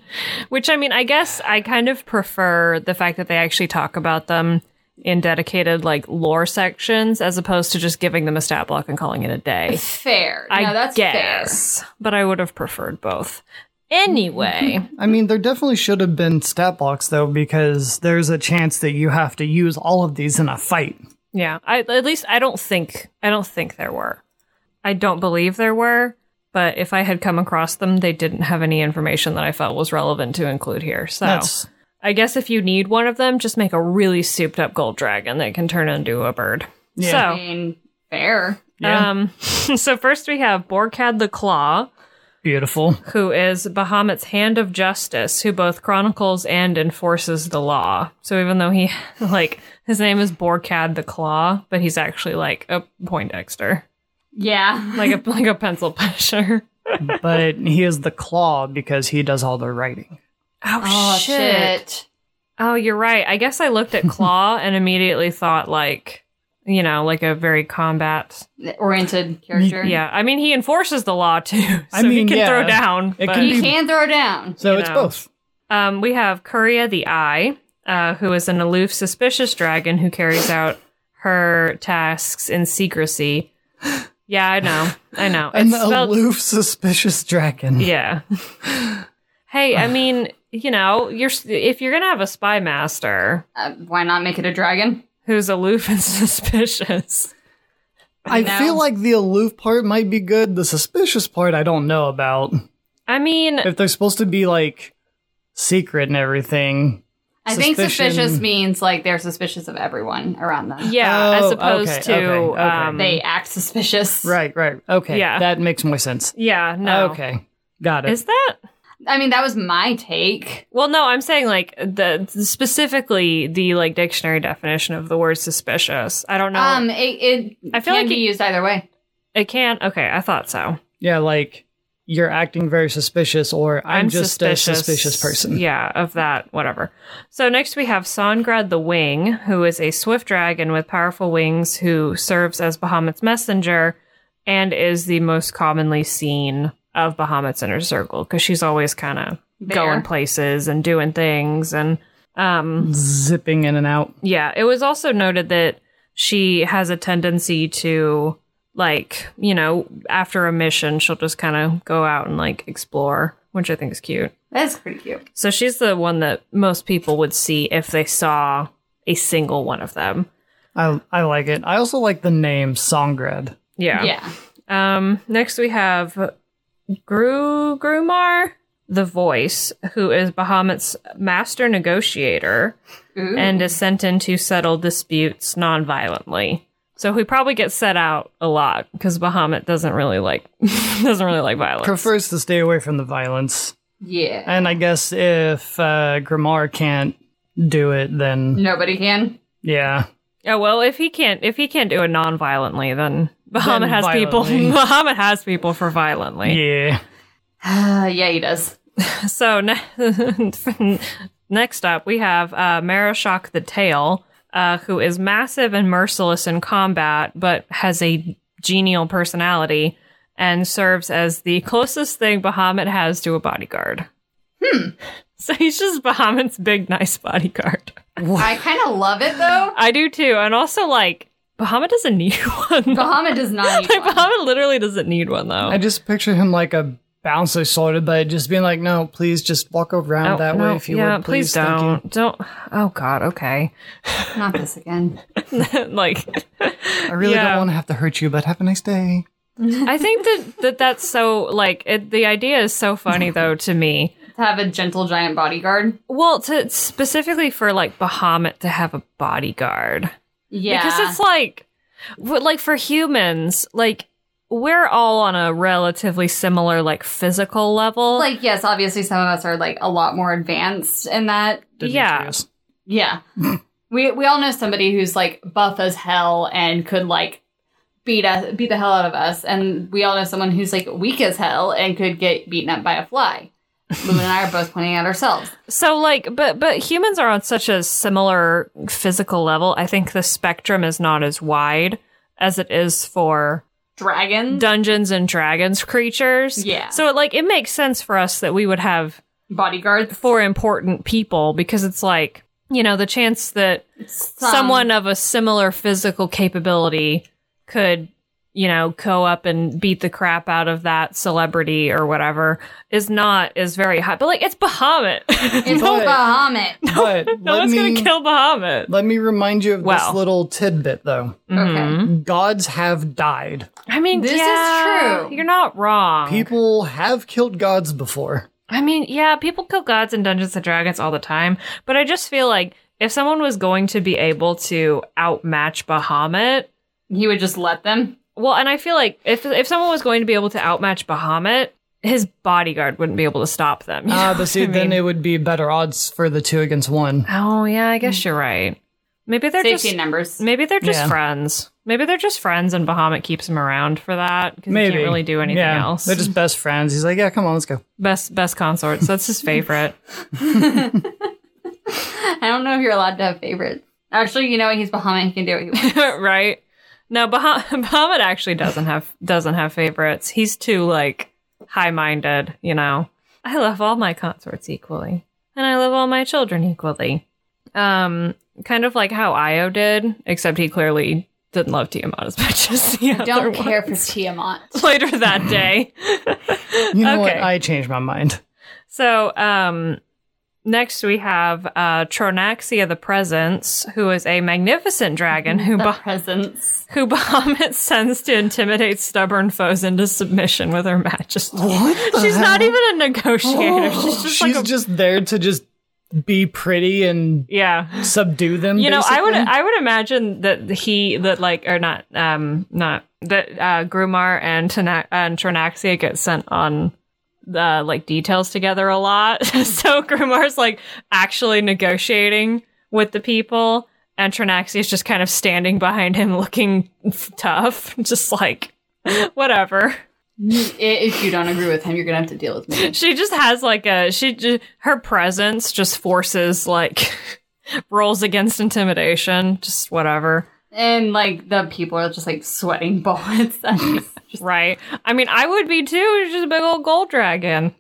B: which I mean, I guess I kind of prefer the fact that they actually talk about them in dedicated like lore sections as opposed to just giving them a stat block and calling it a day.
C: fair.
B: I
C: no, that's fair.
B: guess, but I would have preferred both. Anyway,
D: I mean, there definitely should have been stat blocks though, because there's a chance that you have to use all of these in a fight.
B: Yeah, I at least I don't think I don't think there were. I don't believe there were, but if I had come across them, they didn't have any information that I felt was relevant to include here.
C: Oh.
B: So
D: That's
B: I guess if you need one of them, just make a really souped up gold dragon that can turn into a bird.
D: Yeah.
B: So
C: I mean, fair.
D: yeah,
B: um so first we have Borkad the Claw,
D: beautiful.
B: who is Bahamut's hand of justice, who both chronicles and enforces the law. So even though he like his name is Borkad the Claw, but he's actually like a Poindexter.
C: Yeah.
B: like a like a pencil pusher.
D: but he is the claw because he does all the writing.
B: Oh,
C: Oh shit.
B: Oh, you're right. I guess I looked at claw and immediately thought like, you know, like a very combat.
C: Oriented character.
B: Yeah, I mean he enforces the law too, so
D: Mm. I
B: he
D: mean,
B: can
D: yeah.
B: throw down.
D: It
B: but-
D: can
C: He can throw down.
D: So
B: You
D: it's
B: know.
D: both.
B: Um, we have Kuria the Eye, uh, who is an aloof, suspicious dragon who carries out her tasks in secrecy. Yeah, I know, I know.
D: An
B: It's spelled-
D: aloof, suspicious dragon.
B: Yeah. hey, I mean, you know, you're if you're gonna have a spy master
C: Uh, why not make it a dragon?
B: who's aloof and suspicious,
D: I
C: No.
D: feel like the aloof part might be good. The suspicious part, I don't know about.
B: I mean,
D: If they're supposed to be like secret and everything,
C: I think
D: Suspicion.
C: suspicious means like they're suspicious of everyone around them.
B: yeah,
D: Oh,
B: as opposed
D: okay,
B: to
D: okay, okay.
B: Um,
C: They act suspicious.
D: right, right, okay,
B: Yeah.
D: that makes more sense.
B: Yeah, no.
D: Okay, got it.
B: Is that?
C: I mean, that was my take.
B: Well, no, I'm saying like the specifically the like dictionary definition of the word suspicious. I don't know.
C: Um, it, it
B: I feel
C: can
B: like
C: be
B: it-
C: used either way.
B: it can't. Okay, I thought so.
D: Yeah, like you're acting very suspicious, or I'm, just a suspicious person.
B: Yeah, of that, whatever. So next we have Songrad the Wing, who is a swift dragon with powerful wings who serves as Bahamut's messenger and is the most commonly seen of Bahamut's inner circle because she's always kind of
C: There.
B: going places and doing things and um
D: Zipping in and out.
B: yeah, it was also noted that she has a tendency to like, you know, after a mission, she'll just kind of go out and like explore, which I think is cute.
C: That's pretty cute.
B: So she's the one that most people would see if they saw a single one of them.
D: I I like it. I also like the name Songrad.
B: Yeah. Um, next we have Gru Grumar, the voice, who is Bahamut's master negotiator.
C: Ooh.
B: and is sent in to settle disputes non-violently. So he probably gets set out a lot because Bahamut doesn't really like doesn't really like violence.
D: Prefers to stay away from the violence.
C: yeah,
D: And I guess if uh, Grimoire can't do it, then
C: nobody can.
D: yeah,
B: oh well, if he can't if he can't do it non-violently, then Bahamut
D: Then
B: has
D: violently.
B: people. Bahamut has people for violently.
D: yeah.
C: Uh, yeah, he does.
B: So ne- next up, we have uh, Marashok the Tail, uh, who is massive and merciless in combat, but has a genial personality and serves as the closest thing Bahamut has to a bodyguard. Hmm. So he's just Bahamut's big, nice bodyguard.
C: I kind of love it though.
B: I do too, and also like Bahamut doesn't need one. like
C: Bahama does not. Need one.
B: Bahamut literally doesn't need one though.
D: I just picture him like a bouncer sort of, but just being like, no, please just walk around
B: Oh,
D: that
B: no,
D: way if you
B: yeah,
D: would.
B: please,
D: thank
B: don't.
D: you."
B: Don't. Oh God. Okay.
C: Not this again.
B: like
D: I really
B: Yeah.
D: don't want to have to hurt you, but have a nice day.
B: I think that, that that's so like it, the idea is so funny though to me.
C: To have a gentle giant bodyguard.
B: Well, to specifically for like Bahamut to have a bodyguard
C: Yeah,
B: because it's like, but like for humans, like we're all on a relatively similar like physical level.
C: like yes, obviously some of us are like a lot more advanced in that.
B: Yeah.
D: Demetrius.
C: Yeah, we we all know somebody who's like buff as hell and could like beat us beat the hell out of us, and we all know someone who's like weak as hell and could get beaten up by a fly. Lou and I are both pointing at ourselves.
B: so like, but but humans are on such a similar physical level. I think the spectrum is not as wide as it is for
C: Dragons,
B: Dungeons and Dragons creatures.
C: Yeah.
B: So it, like it makes sense for us that we would have
C: bodyguards,
B: for important people because it's like, you know, the chance that
C: some-
B: someone of a similar physical capability could, you know, go up and beat the crap out of that celebrity or whatever is not is very high. But like it's Bahamut.
C: It's
D: But-
C: Bahamut.
D: But
B: no
D: let
B: one's
D: me
B: gonna kill Bahamut.
D: let me remind you of
B: Well.
D: this little tidbit, though.
B: Mhm.
D: Gods have died.
B: I mean,
C: This is
B: yeah,
C: true.
B: You're not wrong.
D: People have killed gods before.
B: I mean, yeah, people kill gods in Dungeons and Dragons all the time, but I just feel like if someone was going to be able to outmatch Bahamut,
C: He would just let them.
B: well, and I feel like if if someone was going to be able to outmatch Bahamut, his bodyguard wouldn't be able to stop them. you
D: Ah,
B: know
D: but see,
B: what I
D: then
B: mean?
D: it would be better odds for the two against one.
B: oh yeah, I guess you're right. Maybe they're
C: Safety
B: just
C: numbers.
B: maybe they're just
D: Yeah.
B: friends. Maybe they're just friends, and Bahamut keeps them around for that because he
D: Maybe
B: can't really do anything
D: Yeah,
B: else.
D: They're just best friends. He's like, yeah, come on, let's go.
B: best best consorts. That's his favorite.
C: I don't know if you're allowed to have favorites. Actually, you know what? He's Bahamut. He can do what he wants.
B: right? No, bah- Bahamut actually doesn't have doesn't have favorites. He's too like high minded, you know. I love all my consorts equally, and I love all my children equally. Um, kind of like how Io did, except he clearly didn't love Tiamat as much as the
C: I
B: other
C: don't
B: one.
C: care for Tiamat.
B: Later that day,
D: You know what?
B: Okay.
D: I changed my mind.
B: So, um, next we have uh, Tronaxia the Presence, who is a magnificent dragon who.
C: The
B: Bah-
C: presence.
B: who Bahamut sends to intimidate stubborn foes into submission with her majesty.
D: What the
B: She's not
D: hell?
B: even a negotiator. She's just
D: Oh, She's
B: like a
D: just there to just be pretty and
B: yeah.
D: subdue them.
B: You know, I would
D: basically.
B: I would imagine that he that like or not um not that uh Grumar and Tana- and Tranaxia get sent on uh, like details together a lot. so Grimar's like actually negotiating with the people, and Trinaxi is just kind of standing behind him, looking tough, just like whatever.
C: I- If you don't agree with him, you're gonna have to deal with me.
B: She just has like a she ju- her presence just forces like rolls against intimidation, just whatever.
C: And like the people are just like sweating bullets. That's, just,
B: Right. I mean, I would be too. She's a big old gold dragon.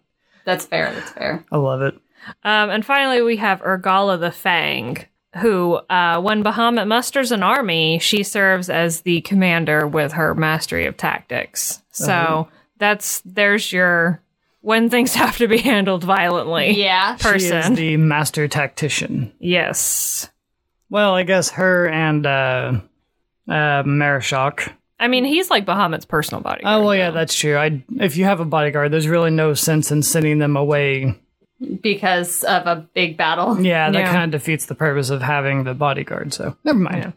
C: that's fair. That's fair.
D: I love it.
B: Um, and finally, we have Ergala the Fang, who, uh, when Bahamut musters an army, she serves as the commander with her mastery of tactics. So
C: Uh-huh.
B: that's there's your when things have to be handled violently.
C: Yeah.
D: She is
B: Person.
D: the master tactician.
B: Yes.
D: Well, I guess her and uh, uh, Marishok.
B: I mean, he's like Bahamut's personal bodyguard.
D: Oh well, yeah, that's true. I if you have a bodyguard, there's really no sense in sending them away.
C: Because of a big battle.
D: Yeah, that
B: Yeah.
D: kind of defeats the purpose of having the bodyguard. So never mind.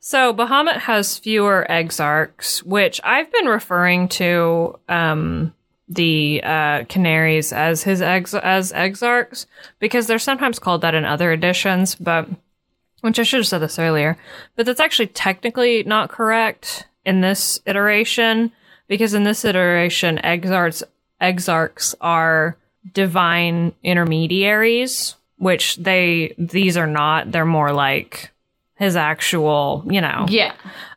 B: So Bahamut has fewer exarchs, which I've been referring to um, the uh, canaries as his ex- as exarchs because they're sometimes called that in other editions, but which I should have said this earlier, but that's actually technically not correct in this iteration because in this iteration exarchs exarchs are divine intermediaries, which they these are not. They're more like his actual, you know.
C: Yeah.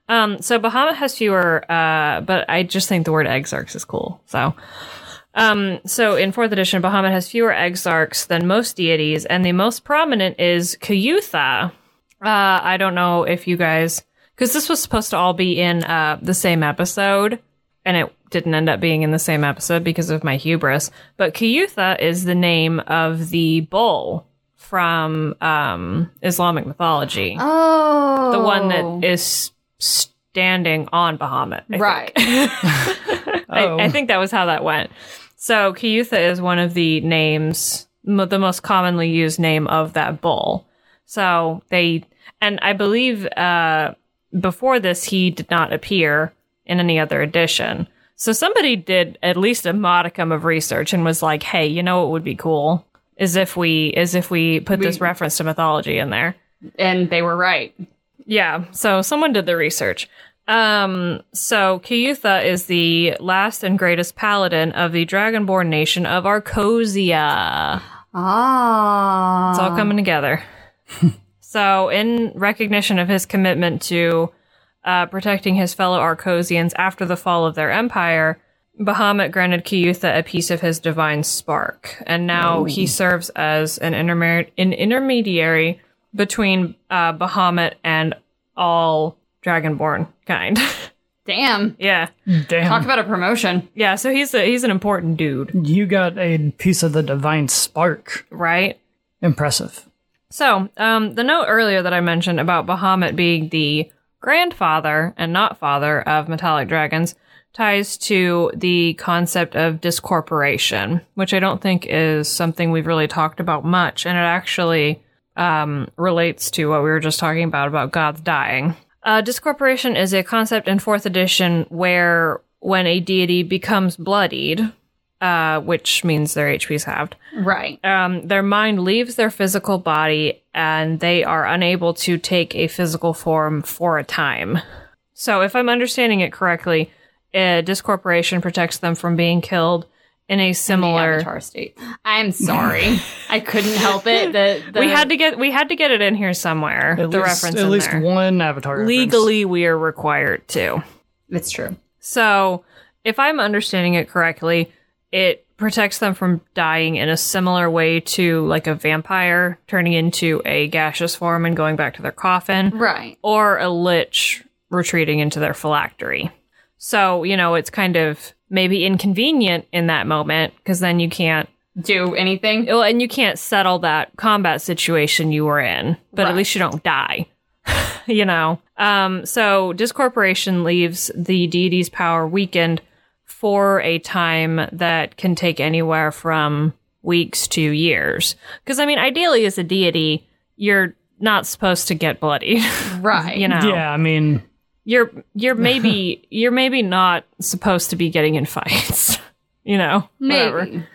B: Um, so Bahamut has fewer, uh, but I just think the word exarchs is cool. So, um, so in fourth edition, Bahamut has fewer exarchs than most deities, and the most prominent is Kayutha. Uh, I don't know if you guys, because this was supposed to all be in uh, the same episode, and it didn't end up being in the same episode because of my hubris. But Kayutha is the name of the bull from um, Islamic mythology
C: Oh.
B: the one that is standing on Bahamut. I
C: right.
B: Think.
D: Oh,
B: I, I think that was how that went. So Kiyutha is one of the names, m- the most commonly used name of that bull. So they, and I believe uh, before this, he did not appear in any other edition. So somebody did at least a modicum of research and was like, "Hey, you know what would be cool is if we is if we put this
C: We-
B: reference to mythology in there."
C: and they were right.
B: Yeah, so someone did the research. Um, so Kiyutha is the last and greatest paladin of the Dragonborn nation of Arcosia.
C: Ah.
B: It's all coming together. so, in recognition of his commitment to uh, protecting his fellow Arcosians after the fall of their empire, Bahamut granted Kiyutha a piece of his divine spark, and now he serves as an, intermer- an intermediary between uh, Bahamut and all Dragonborn kind.
C: Damn.
B: yeah,
D: Damn,
C: Talk about a promotion.
B: yeah. So he's a, he's an important dude,
D: you got a piece of the divine spark.
B: right?
D: Impressive.
B: So, um, the note earlier that I mentioned about Bahamut being the grandfather and not father of metallic dragons ties to the concept of discorporation, which I don't think is something we've really talked about much, and it actually um, relates to what we were just talking about about gods dying. Uh, discorporation is a concept in fourth edition where when a deity becomes bloodied, uh, which means their HP is halved,
C: Right.
B: um, their mind leaves their physical body and they are unable to take a physical form for a time. So, if I'm understanding it correctly, uh, discorporation protects them from being killed in a
C: The
B: similar.
C: Avatar state. I'm sorry. I couldn't help it. The, the
B: we had to get we had to get it in here somewhere.
D: At
B: the
D: least,
B: reference
D: at
B: in
D: least
B: there.
D: one avatar. reference.
B: legally we are required to.
C: It's true.
B: So, if I'm understanding it correctly, it protects them from dying in a similar way to like a vampire turning into a gaseous form and going back to their coffin,
C: Right.
B: or a lich retreating into their phylactery. So, you know, it's kind of maybe inconvenient in that moment because then you can't
C: Do anything.
B: well, and you can't settle that combat situation you were in, but
C: Right.
B: at least you don't die. you know? Um, so discorporation leaves the deity's power weakened for a time that can take anywhere from weeks to years. Because, I mean, ideally, as a deity, you're not supposed to get bloody.
C: Right.
B: you know?
D: Yeah, I mean,
B: You're, you're maybe, you're maybe not supposed to be getting in fights. You know?
C: Maybe.
B: Whatever.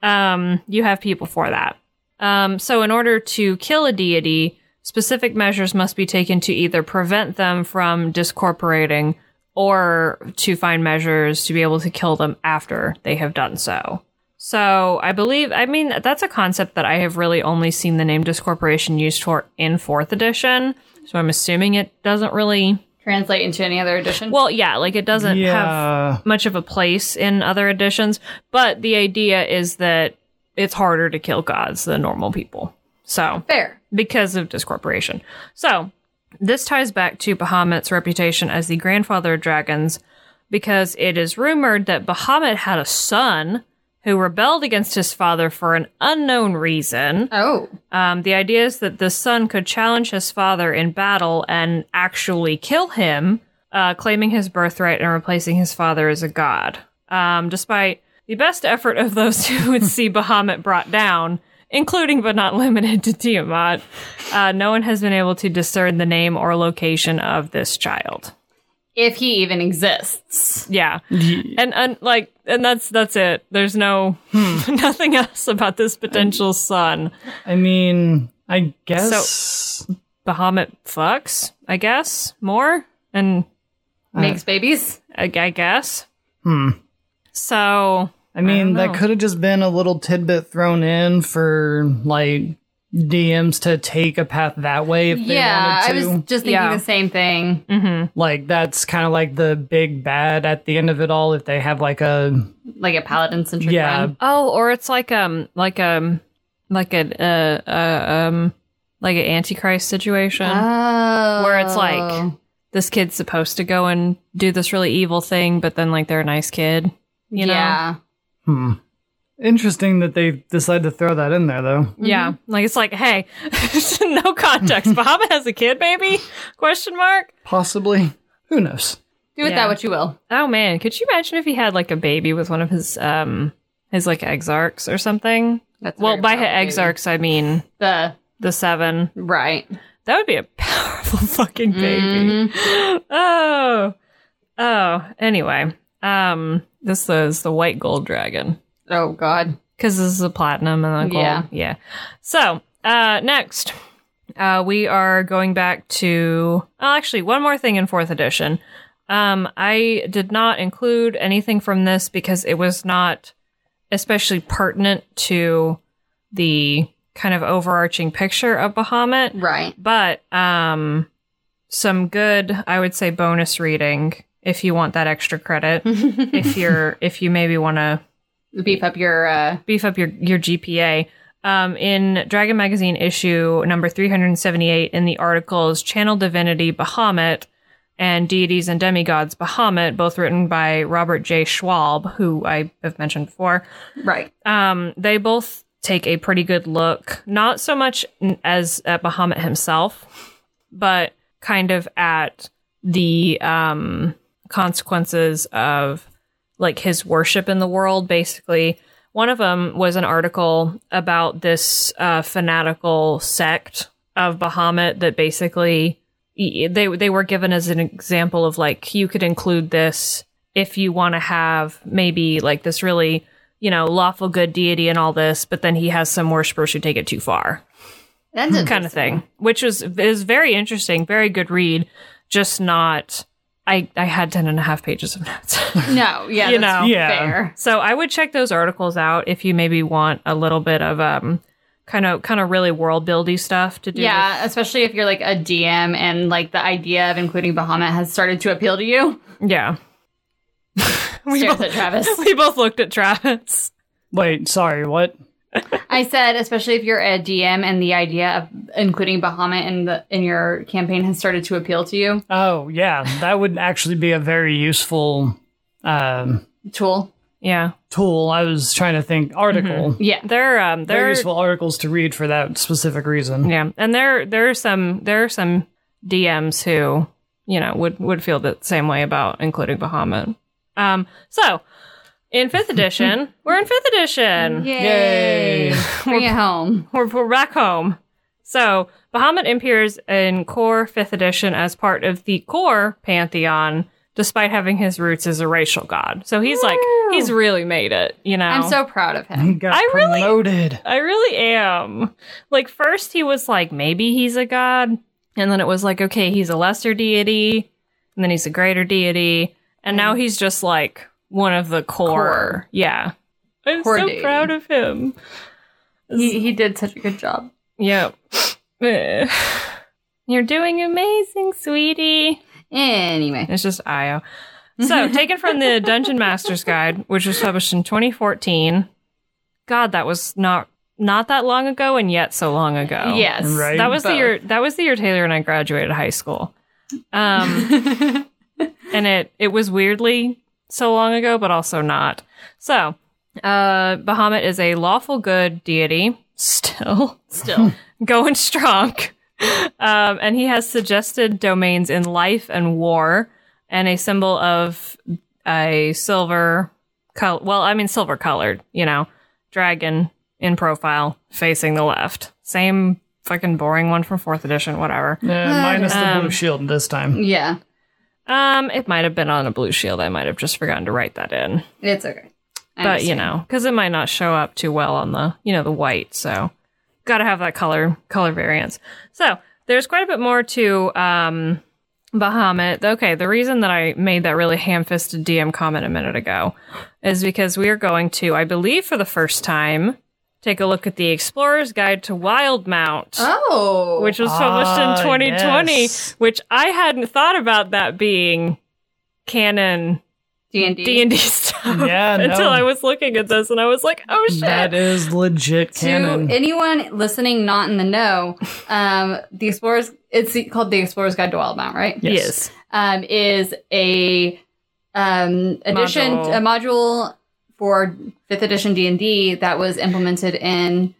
B: um, you have people for that. Um, so, in order to kill a deity, specific measures must be taken to either prevent them from discorporating or to find measures to be able to kill them after they have done so. So, I believe, I mean, that's a concept that I have really only seen the name discorporation used for in fourth edition. So, I'm assuming it doesn't really.
C: Translate into any other edition.
B: Well, yeah, like it doesn't have
D: yeah.
B: much of a place in other editions, but the idea is that it's harder to kill gods than normal people. So,
C: fair.
B: because of discorporation. So, this ties back to Bahamut's reputation as the grandfather of dragons because it is rumored that Bahamut had a son who rebelled against his father for an unknown reason.
C: Oh,
B: Um, the idea is that the son could challenge his father in battle and actually kill him, uh, claiming his birthright and replacing his father as a god. Um, despite the best effort of those who would see Bahamut brought down, including but not limited to Tiamat, uh, no one has been able to discern the name or location of this child.
C: if he even exists.
B: Yeah, and and like and that's that's it. There's no nothing else about this potential son.
D: I mean, I guess.
B: Bahamut fucks, I guess, more, and Uh,
C: Makes babies.
B: I, I guess.
D: hmm.
B: So,
D: I mean,
B: don't
D: that
B: know.
D: could have just been a little tidbit thrown in for like DMs to take a path that way if they
C: Yeah, I
D: wanted
C: was
D: to.
C: just thinking
B: Yeah.
C: the same thing.
B: mhm.
D: Like that's kind of like the big bad at the end of it all. If they have like a
C: Like a paladin centric
D: Yeah.
C: one.
B: oh, or it's like um, like um, like an uh, uh um, like an antichrist situation.
C: Oh.
B: Where it's like- this kid's supposed to go and do this really evil thing, but then like they're a nice kid. You know?
C: Oh. yeah.
D: hmm. Interesting that they decided to throw that in there though.
B: Yeah,
C: Mm-hmm.
B: like it's like, hey, no context. Bahamut has a kid, baby? Question mark.
D: Possibly. Who knows?
C: Do with
B: Yeah.
C: that what you will.
B: Oh man, could you imagine if he had like a baby with one of his um his like exarchs or something?
C: That's
B: Well,
C: very
B: by her
C: complicated.
B: exarchs, I mean
C: The
B: the seven.
C: right.
B: That would be a powerful fucking baby.
C: Mhm.
B: Oh, oh. Anyway, um, this is the white gold dragon
C: Oh God.
B: because this is a platinum and a gold.
C: Yeah.
B: yeah. So, uh, next, uh, we are going back to oh, actually one more thing in fourth edition. Um, I did not include anything from this because it was not especially pertinent to the kind of overarching picture of Bahamut
C: Right.
B: but um some good i would say bonus reading if you want that extra credit if you're if you maybe want to
C: Beef up your uh
B: beef up your your gpa um, in Dragon Magazine issue number 378, in the articles Channel Divinity Bahamut and Deities and Demigods Bahamut, both written by Robert J. Schwab, who I have mentioned before,
C: right.
B: um, they both take a pretty good look, not so much n- as at Bahamut himself, but kind of at the um, consequences of like his worship in the world. Basically, one of them was an article about this uh, fanatical sect of Bahamut that basically y- they they were given as an example of like you could include this if you want to have maybe like this really you know lawful good deity and all this but then he has some worshippers who take it too far
C: That's it.
B: kind of thing which was is very interesting very good read just not i i had ten and a half pages of notes
C: No, yeah,
B: You
C: that's
B: know.
D: Yeah.
C: fair.
B: so i would check those articles out if you maybe want a little bit of um kind of kind of really world buildy stuff to do with-
C: Yeah, especially if you're like a DM and like the idea of including Bahamut has started to appeal to you.
B: yeah we
C: Stares
B: both,
C: at Travis.
B: we both looked at travis
D: Wait, sorry, what?
C: I said, especially if you're a DM and the idea of including Bahamut in the in your campaign has started to appeal to you.
D: Oh yeah, that would actually be a very useful um
C: Tool.
B: yeah
D: tool. I was trying to think article.
C: Yeah.
B: they're um
D: Very
B: they're
D: useful articles to read for that specific reason.
B: Yeah, and there there are some there are some DMs who you know would would feel the same way about including Bahamut. Um, so in fifth edition, we're in fifth edition.
D: Yay.
C: Yay. Bring it home.
B: We're, we're back home. So Bahamut appears in Core fifth edition as part of the Core pantheon, despite having his roots as a racial god. So he's like,
C: Woo.
B: he's really made it, you know?
C: I'm so proud of him.
D: He got
B: I really-
D: promoted.
B: I really am. Like, first he was like, maybe he's a god. And then it was like, okay, he's a lesser deity. And then he's a greater deity. And now he's just like one of the core.
C: Mm. Core.
B: Yeah. I'm
C: Core
B: so
C: deity.
B: proud of him.
C: He, he did such a good job.
B: Yep. Eh. You're doing amazing, sweetie.
C: Anyway.
B: It's just Io. So, taken from the Dungeon Master's Guide, which was published in 2014. God, that was not not that long ago, and yet so long ago.
C: Yes.
D: Right.
B: that was the
C: both.
B: year. That was the year Taylor and I graduated high school. Um, and it it was weirdly so long ago, but also not. So, uh, Bahamut is a lawful good deity still
C: Still.
B: going strong. Um, and he has suggested domains in life and war, and a symbol of a silver, col- well, I mean, silver colored, you know, dragon in profile facing the left. Same fucking boring one from fourth edition, whatever.
D: Yeah, minus the
B: Um,
D: blue shield this time.
C: yeah.
B: Um, it might have been on a blue shield. I might have just forgotten to write that in,
C: It's okay. I
B: but you
C: understand.
B: know, because it might not show up too well on the, you know, the white. So, got to have that color color variance. So there's quite a bit more to um, Bahamut. Okay, the reason that I made that really ham-fisted DM comment a minute ago is because we are going to, I believe, for the first time, take a look at the Explorer's Guide to Wildmount
C: Oh.
B: which was published
D: Ah,
B: in 2020,
D: yes.
B: which I hadn't thought about that being canon
C: D&D.
B: D and D stuff
D: Yeah, no.
B: until I was looking at this, and I was like, "Oh
D: That
B: shit!"
D: is legit canon.
C: To anyone listening not in the know, um, the Explorers, it's called the Explorer's Guide to Wildmount, right?
D: Yes.
C: Um, is a um, addition,
B: Module.
C: a module for fifth edition D and D that was implemented in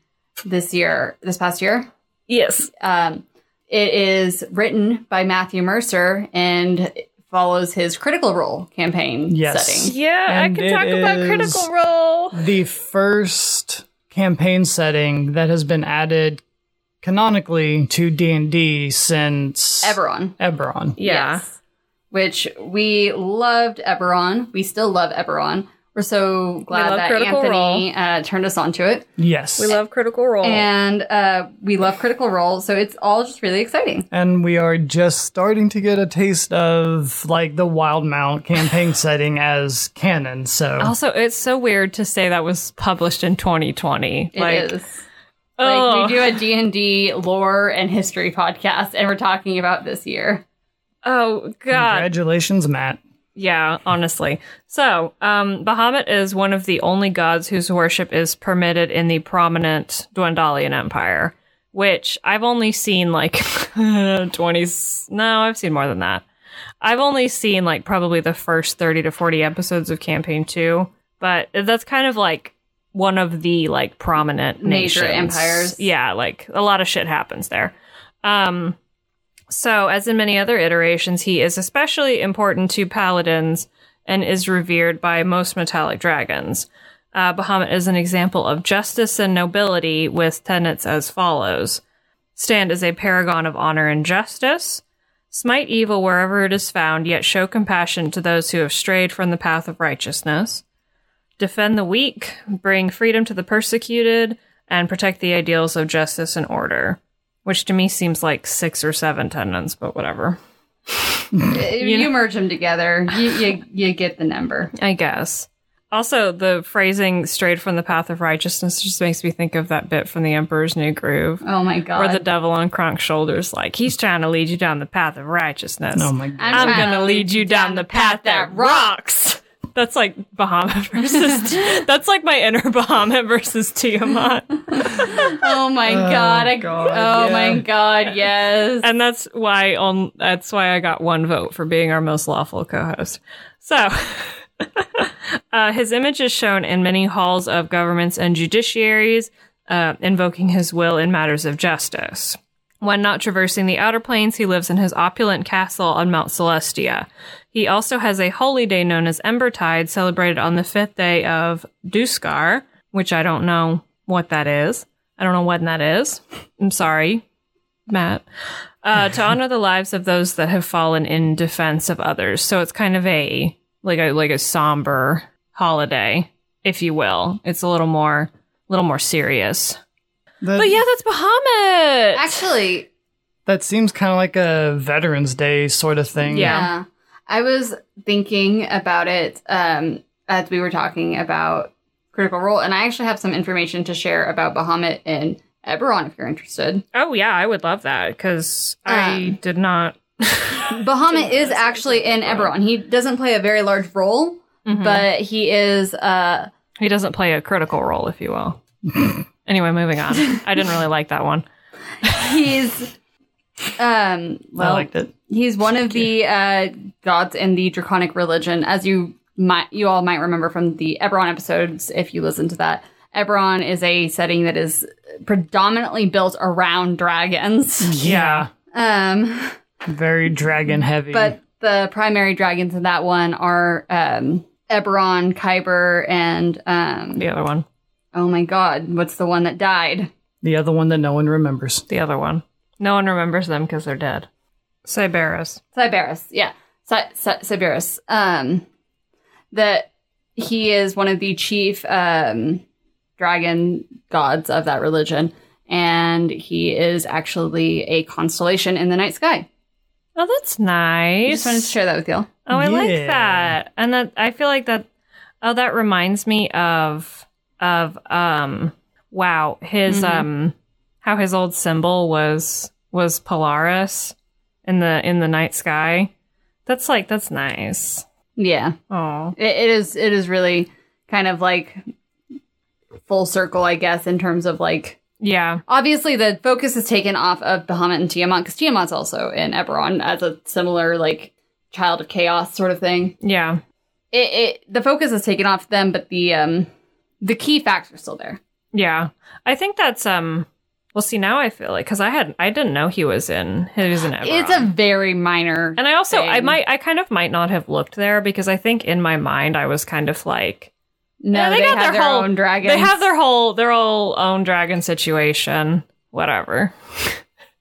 C: this year, this past year.
B: yes,
C: Um, it is written by Matthew Mercer and follows his critical role campaign
D: Yes.
C: setting.
B: yeah.
D: And
B: I can
D: it
B: talk about
D: is-
B: Critical Role.
D: the first campaign setting that has been added canonically to D&D since
C: Eberron.
D: Eberron.
B: Yeah,
C: Yes. Which we loved Eberron. We still love Eberron. We're so glad
B: love
C: that
B: Critical
C: Anthony uh, turned us onto it.
D: Yes.
B: we love Critical Role.
C: And uh, we love Critical Role. So it's all just really exciting.
D: and we are just starting to get a taste of like the Wild Mount campaign setting as canon. So
B: also, it's so weird to say that was published in 2020.
C: It is
B: like, oh,
C: Like we do a D&D lore and history podcast and we're talking about this year.
B: oh god,
D: congratulations, Matt.
B: Yeah, honestly. So, um, Bahamut is one of the only gods whose worship is permitted in the prominent Dwendalian Empire, which I've only seen like 20. No, I've seen more than that. I've only seen like probably the first 30 to 40 episodes of Campaign 2, but that's kind of like one of the like prominent
C: Major
B: nations.
C: empires.
B: Yeah, like a lot of shit happens there. Um, so, as in many other iterations, he is especially important to paladins and is revered by most metallic dragons. Uh, Bahamut is an example of justice and nobility with tenets as follows Stand as a paragon of honor and justice, smite evil wherever it is found, yet show compassion to those who have strayed from the path of righteousness, defend the weak, bring freedom to the persecuted, and protect the ideals of justice and order which to me seems like six or seven tendons, but whatever.
C: you, merge them together, you, you, you get the number.
B: I guess. Also, the phrasing strayed from the path of righteousness just makes me think of that bit from The Emperor's New Groove.
C: Oh my
B: Or
C: god.
B: the devil on Kronk's shoulders, like he's trying to lead you down the path of righteousness.
D: Oh my god.
B: I'm,
C: trying
B: gonna
C: to
B: lead you down the path that rocks. That's like Bahamut versus. that's like my inner Bahamut versus Tiamat.
C: Oh my god. I-
D: God,
C: oh
D: yeah.
C: my god, yes.
B: and that's why on that's why I got one vote for being our most lawful co-host. So, uh, his image is shown in many halls of governments and judiciaries, uh, invoking his will in matters of justice. When not traversing the outer planes, he lives in his opulent castle on Mount Celestia. He also has a holy day known as Embertide, celebrated on the fifth day of Duskar, which I don't know what that is. I don't know when that is. I'm sorry, Matt. uh, to honor the lives of those that have fallen in defense of others. So it's kind of a like a like a somber holiday, if you will. It's a little more little more serious.
D: That,
B: But yeah, that's Bahamut.
C: Actually,
D: that seems kind of like a Veterans Day sort of thing.
B: Yeah.
C: Yeah. I was thinking about it um, as we were talking about Critical Role, and I actually have some information to share about Bahamut and Eberron if you're interested.
B: oh yeah, I would love that because I
C: Um,
B: did not. Mm-hmm.
C: Bahamut is actually in Eberron. He doesn't play a very large role,
B: Mhm.
C: but he is. Uh,
B: he doesn't play a critical role, if you will. anyway, moving on. I didn't really like that one.
C: he's. Um, well,
D: I liked it.
C: He's one of the uh, gods in the Draconic religion, as you might you all might remember from the Eberron episodes if you listen to that. Eberron is a setting that is predominantly built around dragons,
D: Yeah.
C: um,
D: Very dragon heavy.
C: but the primary dragons in that one are um, Eberron, Kyber, and um,
B: The other one.
C: oh my god, what's the one that died?
D: the other one that no one remembers.
B: The other one. No one remembers them because they're dead. Cyberus.
C: Cyberus, yeah, Cy- Cy- Cyberus. Um, that he is one of the chief um, dragon gods of that religion, and he is actually a constellation in the night sky.
B: Oh, that's
C: I
B: nice.
C: just wanted to share that with y'all.
B: Oh, I like
D: Yeah.
B: that. And that I feel like that oh that reminds me of of um wow, his
C: Mhm.
B: um how his old symbol was was Polaris in the in the night sky. That's like that's nice.
C: Yeah,
B: Oh.
C: it, it is. It is really kind of like full circle, I guess, in terms of like.
B: Yeah.
C: Obviously, the focus is taken off of Bahamut and Tiamat because Tiamat's also in Eberron as a similar like child of chaos sort of thing.
B: Yeah.
C: it, it the focus is taken off them, but the um the key facts are still there.
B: Yeah. I think that's um well see now I feel like cuz I had I didn't know he was in he was in
C: It's
B: Eberron.
C: a very minor.
B: And I also I
C: thing.
B: might I kind of might not have looked there because I think in my mind I was kind of like
C: no,
B: Yeah,
C: they, got their,
B: whole-
C: own dragon.
B: They have their whole their whole own dragon situation. Whatever.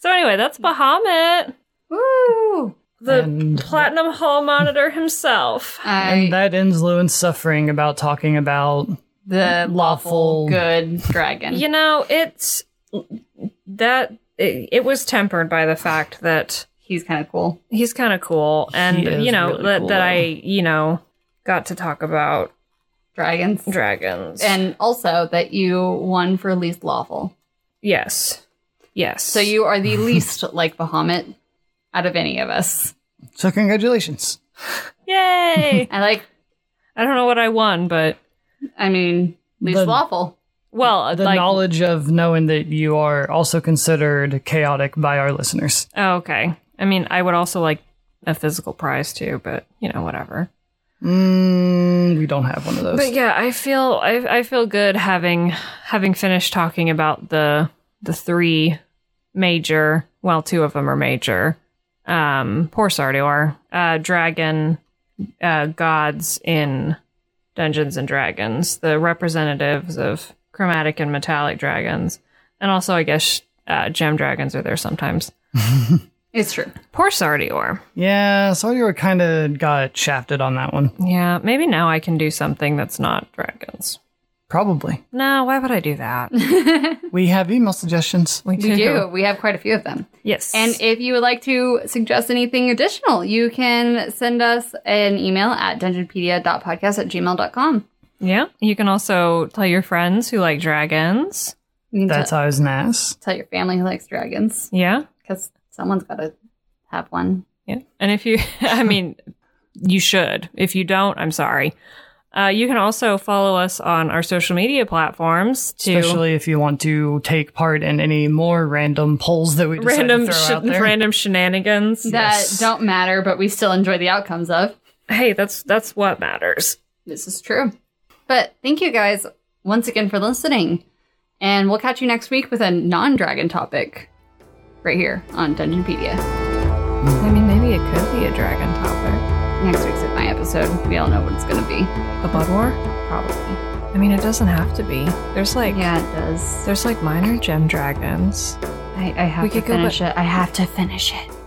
B: so anyway, that's Bahamut,
C: Woo!
B: the
D: and,
B: platinum hall monitor himself.
C: I,
D: and that ends Lewin's suffering about talking about
C: the lawful
D: lawful-
C: good dragon.
B: You know, it's that it, it was tempered by the fact that
C: He's kind of cool.
B: he's kind of cool, and
D: is
B: you know
D: really
B: that
D: cool,
B: that
D: though.
B: I you know got to talk about
C: Dragons.
B: dragons
C: and also that you won for least lawful.
B: yes, yes.
C: So you are the least like Bahamut out of any of us.
D: so congratulations.
B: yay!
C: I like
B: I don't know what I won, but
C: I mean least
D: The-
C: lawful.
B: well,
D: The
B: like,
D: knowledge of knowing that you are also considered chaotic by our listeners.
B: Oh, okay. I mean, I would also like a physical prize too, but you know, whatever.
D: Mm, we don't have one of those.
B: But yeah, I feel I I feel good having having finished talking about the the three major, well, two of them are major. Um, poor Sardior, uh, dragon uh, gods in Dungeons and Dragons, the representatives of chromatic and metallic dragons, and also I guess uh, gem dragons are there sometimes.
C: It's true.
B: Poor Sardior.
D: Yeah, Sawyer kind of got shafted on that one.
B: Yeah, maybe now I can do something that's not dragons.
D: Probably.
B: No, why would I do that?
D: We have email suggestions.
C: We do. We have quite a few of them.
B: Yes.
C: And if you would like to suggest anything additional, you can send us an email at dungeonpedia.podcast at gmail.com.
B: yeah, you can also tell your friends who like dragons.
C: You can
D: That's
C: t-
D: always nice.
C: tell your family who likes dragons
B: Yeah.
C: because someone's got to have one.
B: Yeah. And if you, I mean, you should. If you don't, I'm sorry. Uh, you can also follow us on our social media platforms to
D: Especially if you want to take part in any more random polls that we decide
B: random
D: to throw out
B: sh-
D: there.
B: random shenanigans.
D: Yes.
C: That don't matter, but we still enjoy the outcomes of.
B: Hey, that's that's what matters.
C: This is true. But thank you guys once again for listening. And we'll catch you next week with a non dragon topic right here on Dungeonpedia.
B: I mean, maybe it could be a dragon topic.
C: Next week's my episode. We all know what it's going to be.
B: The blood war.
C: Probably.
B: I mean, it doesn't have to be. There's like
C: Yeah, it does.
B: There's like minor gem dragons.
C: I, I have
E: We
C: to
E: could go
C: finish it. I have to finish it.